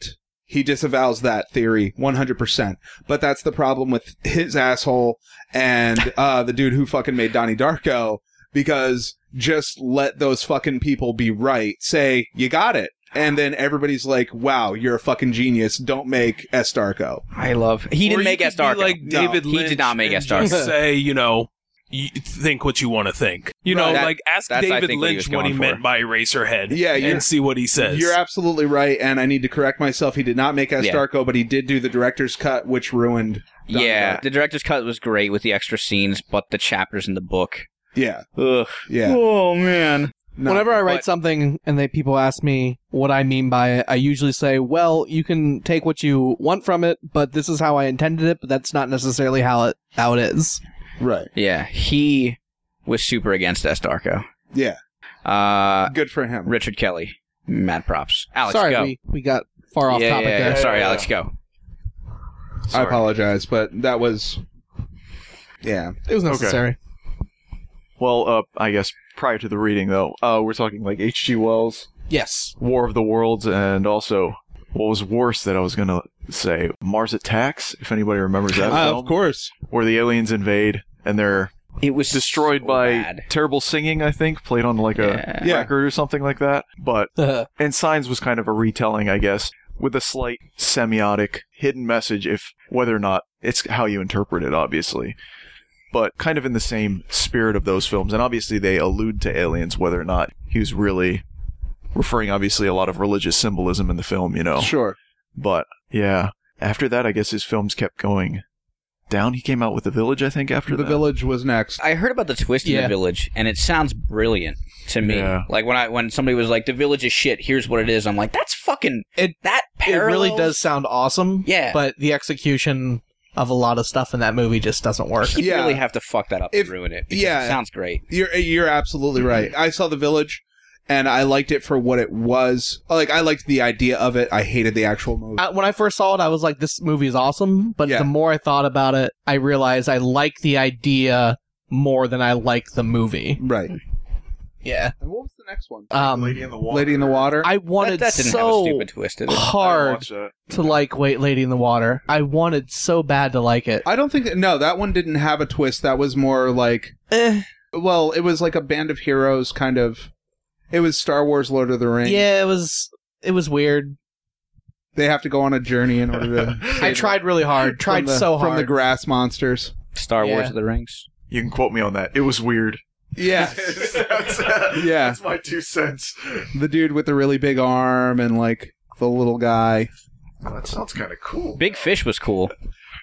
[SPEAKER 3] He disavows that theory 100%. But that's the problem with his asshole and uh, the dude who fucking made Donnie Darko because just let those fucking people be right. Say, you got it. And then everybody's like, wow, you're a fucking genius. Don't make S. Darko.
[SPEAKER 2] I love. He
[SPEAKER 6] Or
[SPEAKER 2] didn't
[SPEAKER 6] you
[SPEAKER 2] make
[SPEAKER 6] could
[SPEAKER 2] S.
[SPEAKER 6] be
[SPEAKER 2] Darko.
[SPEAKER 6] Like
[SPEAKER 3] No,
[SPEAKER 6] David
[SPEAKER 2] he did
[SPEAKER 6] Lynch
[SPEAKER 2] not make
[SPEAKER 6] and
[SPEAKER 2] S.
[SPEAKER 6] [LAUGHS]
[SPEAKER 2] Darko.
[SPEAKER 6] just Say you know, you think what you want to think. You know,
[SPEAKER 2] Right. That-
[SPEAKER 6] like ask
[SPEAKER 2] that's, I
[SPEAKER 6] David
[SPEAKER 2] think, what he
[SPEAKER 6] Lynch
[SPEAKER 2] was
[SPEAKER 6] what he
[SPEAKER 2] going for.
[SPEAKER 6] meant by Eraserhead.
[SPEAKER 3] Yeah, you're-
[SPEAKER 6] and see what he says.
[SPEAKER 3] You're absolutely right. And I need to correct myself. He did not make S.
[SPEAKER 2] Yeah.
[SPEAKER 3] Darko, but he did do the director's cut, which ruined. Donnie
[SPEAKER 2] yeah,
[SPEAKER 3] Darko.
[SPEAKER 2] the director's cut was great with the extra scenes, but the chapters in the book.
[SPEAKER 3] Yeah.
[SPEAKER 2] Ugh.
[SPEAKER 3] Yeah.
[SPEAKER 2] Oh man.
[SPEAKER 3] No.
[SPEAKER 4] Whenever I write
[SPEAKER 2] but-
[SPEAKER 4] something and they people ask me what I mean by it, I usually say, "Well, you can take what you want from it, but this is how I intended it, but that's not necessarily how it how it is."
[SPEAKER 3] Right.
[SPEAKER 2] Yeah, he was super against S. Darko.
[SPEAKER 3] Yeah.
[SPEAKER 2] Uh,
[SPEAKER 3] Good for him.
[SPEAKER 2] Richard Kelly, mad props. Alex,
[SPEAKER 4] Sorry,
[SPEAKER 2] go.
[SPEAKER 4] we we got far off
[SPEAKER 2] yeah,
[SPEAKER 4] topic
[SPEAKER 2] yeah, yeah.
[SPEAKER 4] there.
[SPEAKER 2] Sorry, Alex, go.
[SPEAKER 3] I
[SPEAKER 2] Sorry.
[SPEAKER 3] apologize, but that was. Yeah.
[SPEAKER 4] It was necessary.
[SPEAKER 1] Well, uh, I guess prior to the reading, though, uh, we're talking like H.G. Wells,
[SPEAKER 4] [LAUGHS] Yes.
[SPEAKER 1] War of the Worlds, and also what was worse that I was going to say Mars Attacks, if anybody remembers that
[SPEAKER 3] Uh,
[SPEAKER 1] film,
[SPEAKER 3] of course.
[SPEAKER 1] where the aliens invade and they're
[SPEAKER 2] It was
[SPEAKER 1] destroyed
[SPEAKER 2] so
[SPEAKER 1] by
[SPEAKER 2] bad.
[SPEAKER 1] terrible singing, I think, played on like
[SPEAKER 2] Yeah.
[SPEAKER 1] a
[SPEAKER 3] Yeah.
[SPEAKER 1] record or something like that. But
[SPEAKER 4] Uh,
[SPEAKER 1] and Signs was kind of a retelling, I guess, with a slight semiotic hidden message, if whether or not it's how you interpret it, obviously. But kind of in the same spirit of those films, and obviously they allude to aliens, whether or not he was really referring, obviously, a lot of religious symbolism in the film, you know.
[SPEAKER 3] Sure.
[SPEAKER 1] But yeah, after that, I guess his films kept going down. He came out with The Village, I think, after
[SPEAKER 3] The
[SPEAKER 1] that.
[SPEAKER 3] Village was next.
[SPEAKER 2] I heard about the twist in
[SPEAKER 4] Yeah.
[SPEAKER 2] the village, and it sounds brilliant to me.
[SPEAKER 1] Yeah.
[SPEAKER 2] Like when I when somebody was like, "The village is shit. Here's what it is." I'm like, "That's fucking
[SPEAKER 4] It-
[SPEAKER 2] that
[SPEAKER 4] it
[SPEAKER 2] parallels.
[SPEAKER 4] really does sound awesome.
[SPEAKER 2] Yeah.
[SPEAKER 4] But the execution of a lot of stuff in that movie just doesn't work.
[SPEAKER 2] You
[SPEAKER 3] Yeah.
[SPEAKER 2] really have to fuck that up
[SPEAKER 3] If-
[SPEAKER 2] and ruin it. because
[SPEAKER 3] yeah.
[SPEAKER 2] it sounds great.
[SPEAKER 3] You're you're absolutely right. I saw The Village, and I liked it for what it was. Like I liked the idea of it. I hated the actual movie.
[SPEAKER 4] I, when I first saw it, I was like, "This movie is awesome." But
[SPEAKER 3] Yeah.
[SPEAKER 4] the more I thought about it, I realized I like the idea more than I like the movie.
[SPEAKER 3] right.
[SPEAKER 4] Yeah.
[SPEAKER 3] And what was the next one?
[SPEAKER 4] Um,
[SPEAKER 1] in the Water.
[SPEAKER 3] Lady in the
[SPEAKER 6] [LAUGHS]
[SPEAKER 3] Water.
[SPEAKER 4] I
[SPEAKER 2] That,
[SPEAKER 4] wanted
[SPEAKER 2] that didn't have a
[SPEAKER 4] so
[SPEAKER 2] stupid twist. Did it?
[SPEAKER 4] hard
[SPEAKER 1] that.
[SPEAKER 4] to like "Wait, Lady in the Water." I wanted so bad to like it.
[SPEAKER 3] I don't think that, no, that one didn't have a twist. That was more like
[SPEAKER 4] Eh,
[SPEAKER 3] well, it was like a band of heroes kind of. It was Star Wars, Lord of the Rings.
[SPEAKER 4] yeah, it was it was weird.
[SPEAKER 3] They have to go on a journey in order to.
[SPEAKER 4] I tried really hard. Tried
[SPEAKER 3] from the-
[SPEAKER 4] so hard.
[SPEAKER 3] from the grass monsters.
[SPEAKER 2] Star Wars
[SPEAKER 4] Yeah.
[SPEAKER 2] of the Rings.
[SPEAKER 1] You can quote me on that. It was weird.
[SPEAKER 3] Yeah,
[SPEAKER 1] that's,
[SPEAKER 3] Yeah.
[SPEAKER 1] that's my two cents.
[SPEAKER 3] the dude with the really big arm and like the little guy,
[SPEAKER 1] Oh, that sounds kind of cool.
[SPEAKER 2] Big Fish was cool.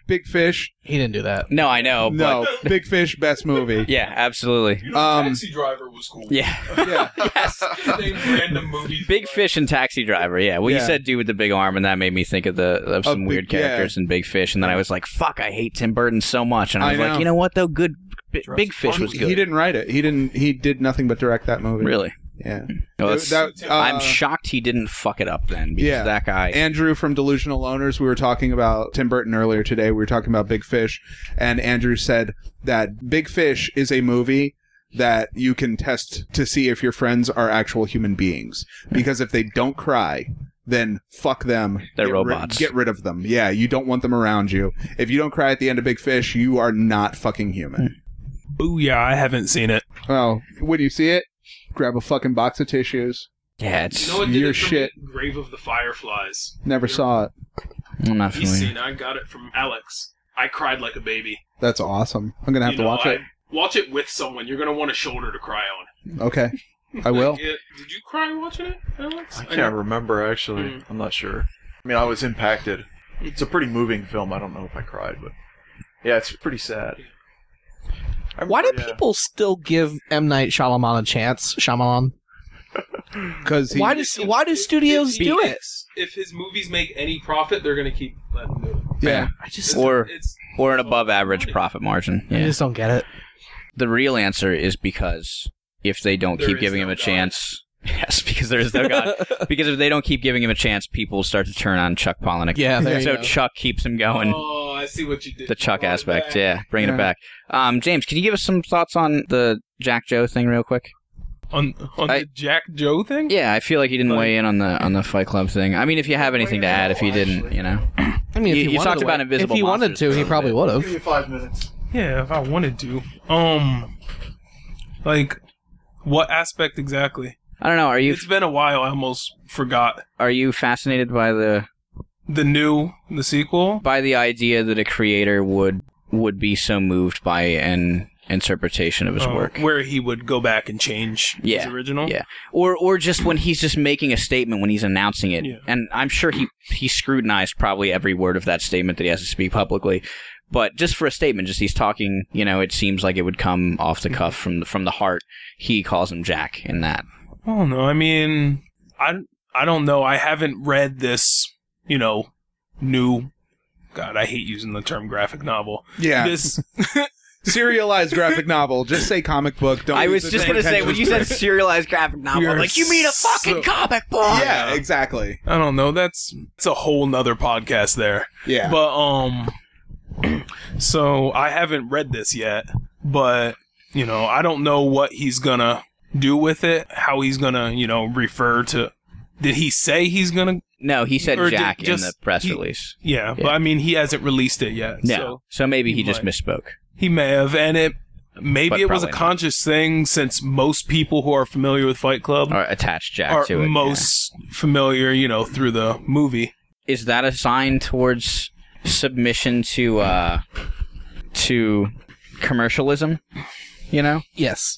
[SPEAKER 3] Big Fish.
[SPEAKER 4] he didn't do that.
[SPEAKER 2] No, I know. But
[SPEAKER 3] No,
[SPEAKER 2] [LAUGHS]
[SPEAKER 3] Big Fish, best movie.
[SPEAKER 2] yeah, absolutely.
[SPEAKER 6] You
[SPEAKER 3] Um,
[SPEAKER 6] driver was cool. [LAUGHS]
[SPEAKER 2] Yeah.
[SPEAKER 3] Yeah.
[SPEAKER 2] yes.
[SPEAKER 6] Name random movies.
[SPEAKER 2] Big Fish and Taxi Driver. Yeah. Well,
[SPEAKER 3] Yeah.
[SPEAKER 2] you said dude with the big arm, and that made me think of the of some
[SPEAKER 3] Big-
[SPEAKER 2] weird
[SPEAKER 3] yeah.
[SPEAKER 2] characters in Big Fish, and then I was like, "Fuck, I hate Tim Burton so much." And I
[SPEAKER 3] I
[SPEAKER 2] was
[SPEAKER 3] know.
[SPEAKER 2] like, "You know what though? Good. B- Big Fish was
[SPEAKER 3] He
[SPEAKER 2] good.
[SPEAKER 3] didn't write it. He didn't. He did nothing but direct that movie.
[SPEAKER 2] Really?
[SPEAKER 3] Yeah.
[SPEAKER 2] No,
[SPEAKER 3] It-
[SPEAKER 2] that's-
[SPEAKER 3] that, uh,
[SPEAKER 2] I'm shocked he didn't fuck it up then because
[SPEAKER 3] Yeah.
[SPEAKER 2] that guy.
[SPEAKER 3] Andrew from Delusional Owners. We were talking about Tim Burton earlier today. We were talking about Big Fish, and Andrew said that Big Fish is a movie that you can test to see if your friends are actual human beings because if they don't cry. Then fuck them.
[SPEAKER 2] They're
[SPEAKER 3] Get ri-
[SPEAKER 2] robots.
[SPEAKER 3] get rid of them. Yeah, you don't want them around you. If you don't cry at the end of Big Fish, you are not fucking human.
[SPEAKER 6] Booyah! I haven't seen it.
[SPEAKER 2] Hmm.
[SPEAKER 3] Oh, when you see it, grab a fucking box of tissues.
[SPEAKER 2] yeah, it's,
[SPEAKER 3] what did Your it for me? shit.
[SPEAKER 6] Grave of the Fireflies.
[SPEAKER 3] Never saw it.
[SPEAKER 2] I'm not
[SPEAKER 6] He's
[SPEAKER 2] familiar.
[SPEAKER 6] seen. I got it from Alex. I cried like a baby.
[SPEAKER 3] That's awesome. I'm gonna have
[SPEAKER 6] You
[SPEAKER 3] to
[SPEAKER 6] know,
[SPEAKER 3] watch
[SPEAKER 6] I-
[SPEAKER 3] it.
[SPEAKER 6] Watch it with someone. You're gonna want a shoulder to cry on.
[SPEAKER 3] Okay, I will.
[SPEAKER 6] [LAUGHS] Like, it- did you cry watching it, Alex?
[SPEAKER 1] I can't remember actually.
[SPEAKER 4] Hmm.
[SPEAKER 6] Mm.
[SPEAKER 1] I'm not sure. I mean, I was impacted. It's a pretty moving film. I don't know if I cried, but yeah, it's pretty sad. uh, I
[SPEAKER 4] Why do
[SPEAKER 1] remember- yeah.
[SPEAKER 4] people still give M Night Shyamalan a chance? Shyamalan.
[SPEAKER 3] Because he
[SPEAKER 4] Why does why do studios
[SPEAKER 6] if he
[SPEAKER 4] do it?
[SPEAKER 6] makes- If his movies make any profit, they're gonna keep letting him do it.
[SPEAKER 3] yeah.
[SPEAKER 4] I
[SPEAKER 6] It's-
[SPEAKER 4] just
[SPEAKER 2] Or
[SPEAKER 6] it's
[SPEAKER 2] or an above average profit margin.
[SPEAKER 4] I
[SPEAKER 2] Yeah.
[SPEAKER 4] just don't get it.
[SPEAKER 2] The real answer is because if they don't
[SPEAKER 6] There
[SPEAKER 2] keep
[SPEAKER 6] is
[SPEAKER 2] giving
[SPEAKER 6] no
[SPEAKER 2] him a
[SPEAKER 6] God.
[SPEAKER 2] chance, [LAUGHS] yes, because there is no
[SPEAKER 6] [LAUGHS]
[SPEAKER 2] God. because if they don't keep giving him a chance, people start to turn on Chuck Palahniuk.
[SPEAKER 4] Yeah, there you
[SPEAKER 2] so
[SPEAKER 4] go.
[SPEAKER 2] Chuck keeps him going.
[SPEAKER 6] Oh, I see what you did.
[SPEAKER 2] the Chuck
[SPEAKER 6] Brought it
[SPEAKER 2] aspect,
[SPEAKER 6] back.
[SPEAKER 2] yeah, bringing
[SPEAKER 3] Yeah.
[SPEAKER 2] it back. Um, James, can you give us some thoughts on the Jack Joe thing real quick?
[SPEAKER 6] on on
[SPEAKER 2] I-
[SPEAKER 6] the Jack Joe thing.
[SPEAKER 2] Yeah, I feel like you didn't
[SPEAKER 6] Like-
[SPEAKER 2] weigh in on the on the Fight Club thing. I mean, if you have anything to add, if you didn't, you know.
[SPEAKER 4] I mean, if
[SPEAKER 2] You-
[SPEAKER 4] he
[SPEAKER 2] you
[SPEAKER 4] wanted
[SPEAKER 2] talked
[SPEAKER 4] to
[SPEAKER 2] about
[SPEAKER 4] wait-
[SPEAKER 2] invisible
[SPEAKER 4] If he wanted
[SPEAKER 2] monsters
[SPEAKER 4] to,
[SPEAKER 2] a
[SPEAKER 4] he
[SPEAKER 2] little
[SPEAKER 4] probably
[SPEAKER 2] bit.
[SPEAKER 4] would have.
[SPEAKER 1] Give you five minutes.
[SPEAKER 6] Yeah, if I wanted to. Um, like, what aspect exactly?
[SPEAKER 2] I don't know. Are you
[SPEAKER 6] It's been a while. I almost forgot
[SPEAKER 2] are you fascinated by the
[SPEAKER 6] the new the sequel.
[SPEAKER 2] by the idea that a creator would would be so moved by an interpretation of his
[SPEAKER 6] uh,
[SPEAKER 2] work?
[SPEAKER 6] where he would go back and change
[SPEAKER 2] Yeah,
[SPEAKER 6] his original.
[SPEAKER 2] Yeah. Or or just when he's just making a statement when he's announcing it.
[SPEAKER 6] Yeah.
[SPEAKER 2] And I'm sure he he scrutinized probably every word of that statement that he has to speak publicly. But just for a statement, just he's talking, you know, it seems like it would come off the cuff from the, from the heart. He calls him Jack in that.
[SPEAKER 6] I don't know. I mean, I I don't know. I haven't read this. You know, new. God, I hate using the term graphic novel.
[SPEAKER 3] Yeah.
[SPEAKER 6] This
[SPEAKER 3] [LAUGHS] serialized graphic novel. Just say comic book. Don't
[SPEAKER 2] I
[SPEAKER 3] use
[SPEAKER 2] was
[SPEAKER 3] Oh, the
[SPEAKER 2] just going to say when you said serialized graphic novel,
[SPEAKER 6] You're
[SPEAKER 2] I'm like you mean a
[SPEAKER 6] so-
[SPEAKER 2] fucking comic book.
[SPEAKER 3] Yeah, exactly.
[SPEAKER 6] I don't know. That's it's a whole nother podcast there.
[SPEAKER 3] Yeah.
[SPEAKER 6] But um, [CLEARS THROAT] so I haven't read this yet, but you know, I don't know what he's gonna do with it. How he's gonna, you know, refer to. Did he say he's gonna?
[SPEAKER 2] No, he said
[SPEAKER 6] Or did-
[SPEAKER 2] Jack in
[SPEAKER 6] just-
[SPEAKER 2] the press
[SPEAKER 6] he-
[SPEAKER 2] release.
[SPEAKER 6] Yeah, but
[SPEAKER 2] Yeah.
[SPEAKER 6] I mean, he hasn't released it yet.
[SPEAKER 2] No.
[SPEAKER 6] So
[SPEAKER 2] So, maybe he,
[SPEAKER 6] he
[SPEAKER 2] just
[SPEAKER 6] might.
[SPEAKER 2] misspoke.
[SPEAKER 6] he may have, and it maybe
[SPEAKER 2] But
[SPEAKER 6] it was a
[SPEAKER 2] probably not.
[SPEAKER 6] conscious thing since most people who are familiar with Fight Club
[SPEAKER 2] Or attached Jack
[SPEAKER 6] are
[SPEAKER 2] to it. yeah.
[SPEAKER 6] most familiar, you know, through the movie.
[SPEAKER 2] is that a sign towards submission to uh to commercialism you know
[SPEAKER 4] Yes.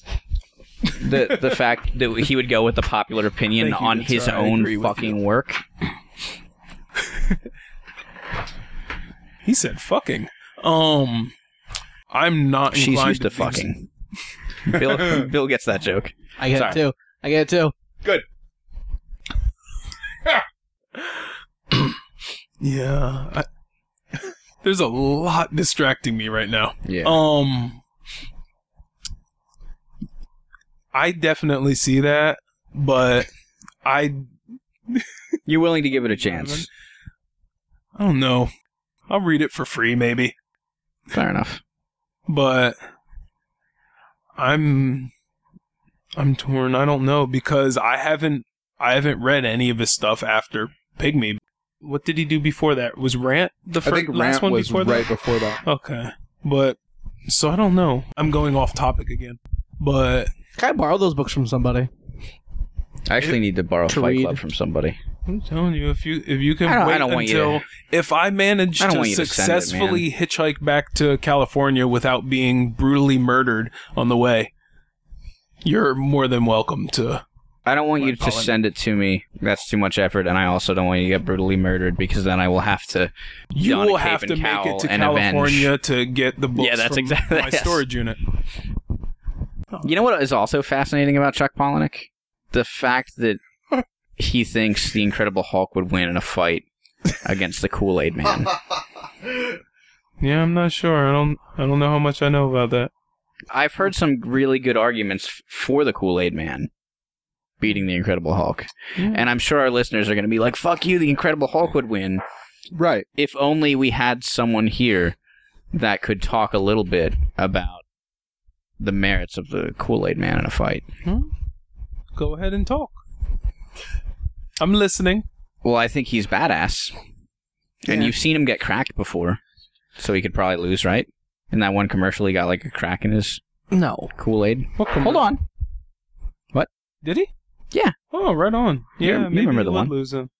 [SPEAKER 2] the
[SPEAKER 6] [LAUGHS]
[SPEAKER 2] the fact that he would go with the popular opinion
[SPEAKER 6] Thank you,
[SPEAKER 2] on
[SPEAKER 6] that's
[SPEAKER 2] his
[SPEAKER 6] right, I agree
[SPEAKER 2] own
[SPEAKER 6] with
[SPEAKER 2] fucking work
[SPEAKER 6] He said "fucking." Um, I'm not.
[SPEAKER 2] she's
[SPEAKER 6] inclined
[SPEAKER 2] used to
[SPEAKER 6] think- [LAUGHS]
[SPEAKER 2] fucking bill bill gets that joke
[SPEAKER 4] I get it too. I get it too.
[SPEAKER 6] Yeah. I, [LAUGHS] there's a lot distracting me right now.
[SPEAKER 2] yeah
[SPEAKER 6] Um I definitely see that, but I
[SPEAKER 2] you're willing to give it a chance
[SPEAKER 6] I don't know. I'll read it for free maybe,
[SPEAKER 2] fair enough
[SPEAKER 6] but I'm I'm torn. I don't know because I haven't I haven't read any of his stuff after Pygmy. What did he do before that? Was Rant the
[SPEAKER 3] I
[SPEAKER 6] first
[SPEAKER 3] think
[SPEAKER 6] last
[SPEAKER 3] Rant
[SPEAKER 6] one
[SPEAKER 3] was
[SPEAKER 6] before that?
[SPEAKER 3] right before that.
[SPEAKER 6] Okay. But so I don't know. I'm going off topic again. But
[SPEAKER 4] Can I borrow those books from somebody?
[SPEAKER 2] i actually need to borrow
[SPEAKER 4] To
[SPEAKER 2] fight
[SPEAKER 4] read.
[SPEAKER 2] club from somebody
[SPEAKER 6] I'm telling you, if you if you can
[SPEAKER 2] I don't- I
[SPEAKER 6] wait
[SPEAKER 2] don't want you to-
[SPEAKER 6] until if I manage
[SPEAKER 2] I don't
[SPEAKER 6] to
[SPEAKER 2] want you to send it, man.
[SPEAKER 6] successfully hitchhike back to California without being brutally murdered on the way, you're more than welcome to.
[SPEAKER 2] I don't want
[SPEAKER 6] Like
[SPEAKER 2] you to
[SPEAKER 6] Colin.
[SPEAKER 2] send it to me. That's too much effort, and I also don't want you to get brutally murdered because then I will have to.
[SPEAKER 6] You
[SPEAKER 2] don a
[SPEAKER 6] will
[SPEAKER 2] cape
[SPEAKER 6] have
[SPEAKER 2] and
[SPEAKER 6] to make
[SPEAKER 2] cowl
[SPEAKER 6] it to
[SPEAKER 2] and avenge.
[SPEAKER 6] California to get the books
[SPEAKER 2] Yeah, that's
[SPEAKER 6] from
[SPEAKER 2] exactly-
[SPEAKER 6] my
[SPEAKER 2] [LAUGHS] yes.
[SPEAKER 6] storage unit.
[SPEAKER 2] You know what is also fascinating about Chuck Palahniuk? The fact that he thinks the Incredible Hulk would win in a fight against the Kool Aid Man.
[SPEAKER 6] Yeah, I'm not sure. I don't I don't know how much I know about that.
[SPEAKER 2] I've heard some really good arguments f- for the Kool Aid Man beating the Incredible Hulk, and I'm sure our listeners are going to be like, "Fuck you! The Incredible Hulk would win."
[SPEAKER 3] Right.
[SPEAKER 2] if only we had someone here that could talk a little bit about the merits of the Kool Aid Man in a fight.
[SPEAKER 6] Go ahead and talk. I'm listening.
[SPEAKER 2] Well, I think he's badass, and
[SPEAKER 3] Yeah.
[SPEAKER 2] you've seen him get cracked before, so he could probably lose, right? In that one commercial, he got like a crack in his
[SPEAKER 4] No.
[SPEAKER 2] Kool Aid.
[SPEAKER 6] What
[SPEAKER 2] Hold on,
[SPEAKER 6] Did he?
[SPEAKER 2] Yeah.
[SPEAKER 6] Oh, right on.
[SPEAKER 2] You-
[SPEAKER 6] Yeah,
[SPEAKER 2] you
[SPEAKER 6] maybe
[SPEAKER 2] remember
[SPEAKER 6] he
[SPEAKER 2] the
[SPEAKER 6] would
[SPEAKER 2] one.
[SPEAKER 6] lose him.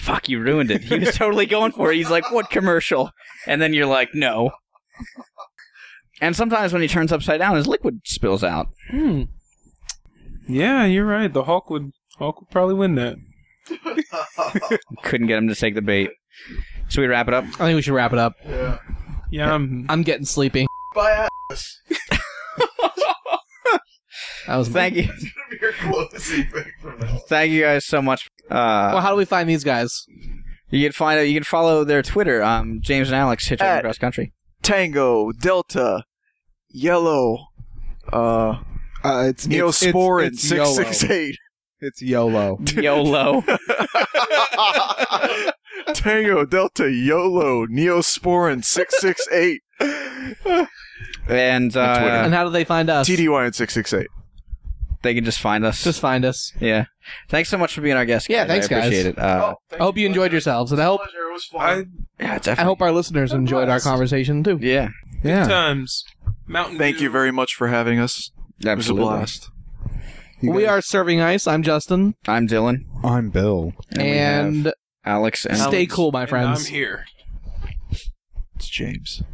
[SPEAKER 2] fuck, you ruined it. He was totally going for it. He's like, "What commercial?" And then you're like, "No." And sometimes when he turns upside down, his liquid spills out.
[SPEAKER 6] Hmm. Yeah, you're right. The Hulk would Hulk would probably win that.
[SPEAKER 2] Couldn't get him to take the bait. So we wrap it up.
[SPEAKER 4] I think we should wrap it up.
[SPEAKER 1] Yeah.
[SPEAKER 6] Yeah, I'm
[SPEAKER 4] I'm getting sleepy.
[SPEAKER 1] Bye.
[SPEAKER 4] That was
[SPEAKER 2] Thank you.
[SPEAKER 1] You're closing from now.
[SPEAKER 2] Thank you guys so much. Uh,
[SPEAKER 4] Well, how do we find these guys?
[SPEAKER 2] you can find out. You can follow their Twitter. Um, James and Alex hitchhiking
[SPEAKER 1] At-
[SPEAKER 2] across country.
[SPEAKER 1] Tango, Delta, Yellow, uh,
[SPEAKER 3] Uh, it's it's- it's-
[SPEAKER 1] Neosporin,
[SPEAKER 3] it's YOLO.
[SPEAKER 1] six six eight.
[SPEAKER 3] It's YOLO.
[SPEAKER 2] YOLO.
[SPEAKER 1] Tango, Delta, YOLO, Neosporin, six six eight.
[SPEAKER 2] and uh,
[SPEAKER 1] Twitter.
[SPEAKER 4] And how do they find us?
[SPEAKER 1] TDY and six six eight.
[SPEAKER 2] they can just find us.
[SPEAKER 4] Just find us.
[SPEAKER 2] yeah. Thanks so much for being our guest.
[SPEAKER 4] Yeah, thanks,
[SPEAKER 2] I
[SPEAKER 4] guys. Oh,
[SPEAKER 2] appreciate it. Uh,
[SPEAKER 1] thank
[SPEAKER 4] I hope you enjoyed yourselves, and I hope
[SPEAKER 1] Pleasure. It was fun.
[SPEAKER 6] I
[SPEAKER 2] yeah,
[SPEAKER 4] I
[SPEAKER 2] definitely.
[SPEAKER 4] hope our listeners enjoyed our conversation too.
[SPEAKER 2] yeah,
[SPEAKER 3] Yeah.
[SPEAKER 6] times Mountain.
[SPEAKER 1] Thank
[SPEAKER 6] Dew.
[SPEAKER 1] you very much for having us. It was a
[SPEAKER 2] absolutely.
[SPEAKER 1] blast.
[SPEAKER 4] We are serving ice. I'm Justin,
[SPEAKER 2] I'm Dylan
[SPEAKER 7] I'm Bill.
[SPEAKER 2] we have
[SPEAKER 4] and
[SPEAKER 2] Alex and
[SPEAKER 4] stay cool, my
[SPEAKER 6] And
[SPEAKER 4] friends.
[SPEAKER 6] I'm here.
[SPEAKER 1] It's James.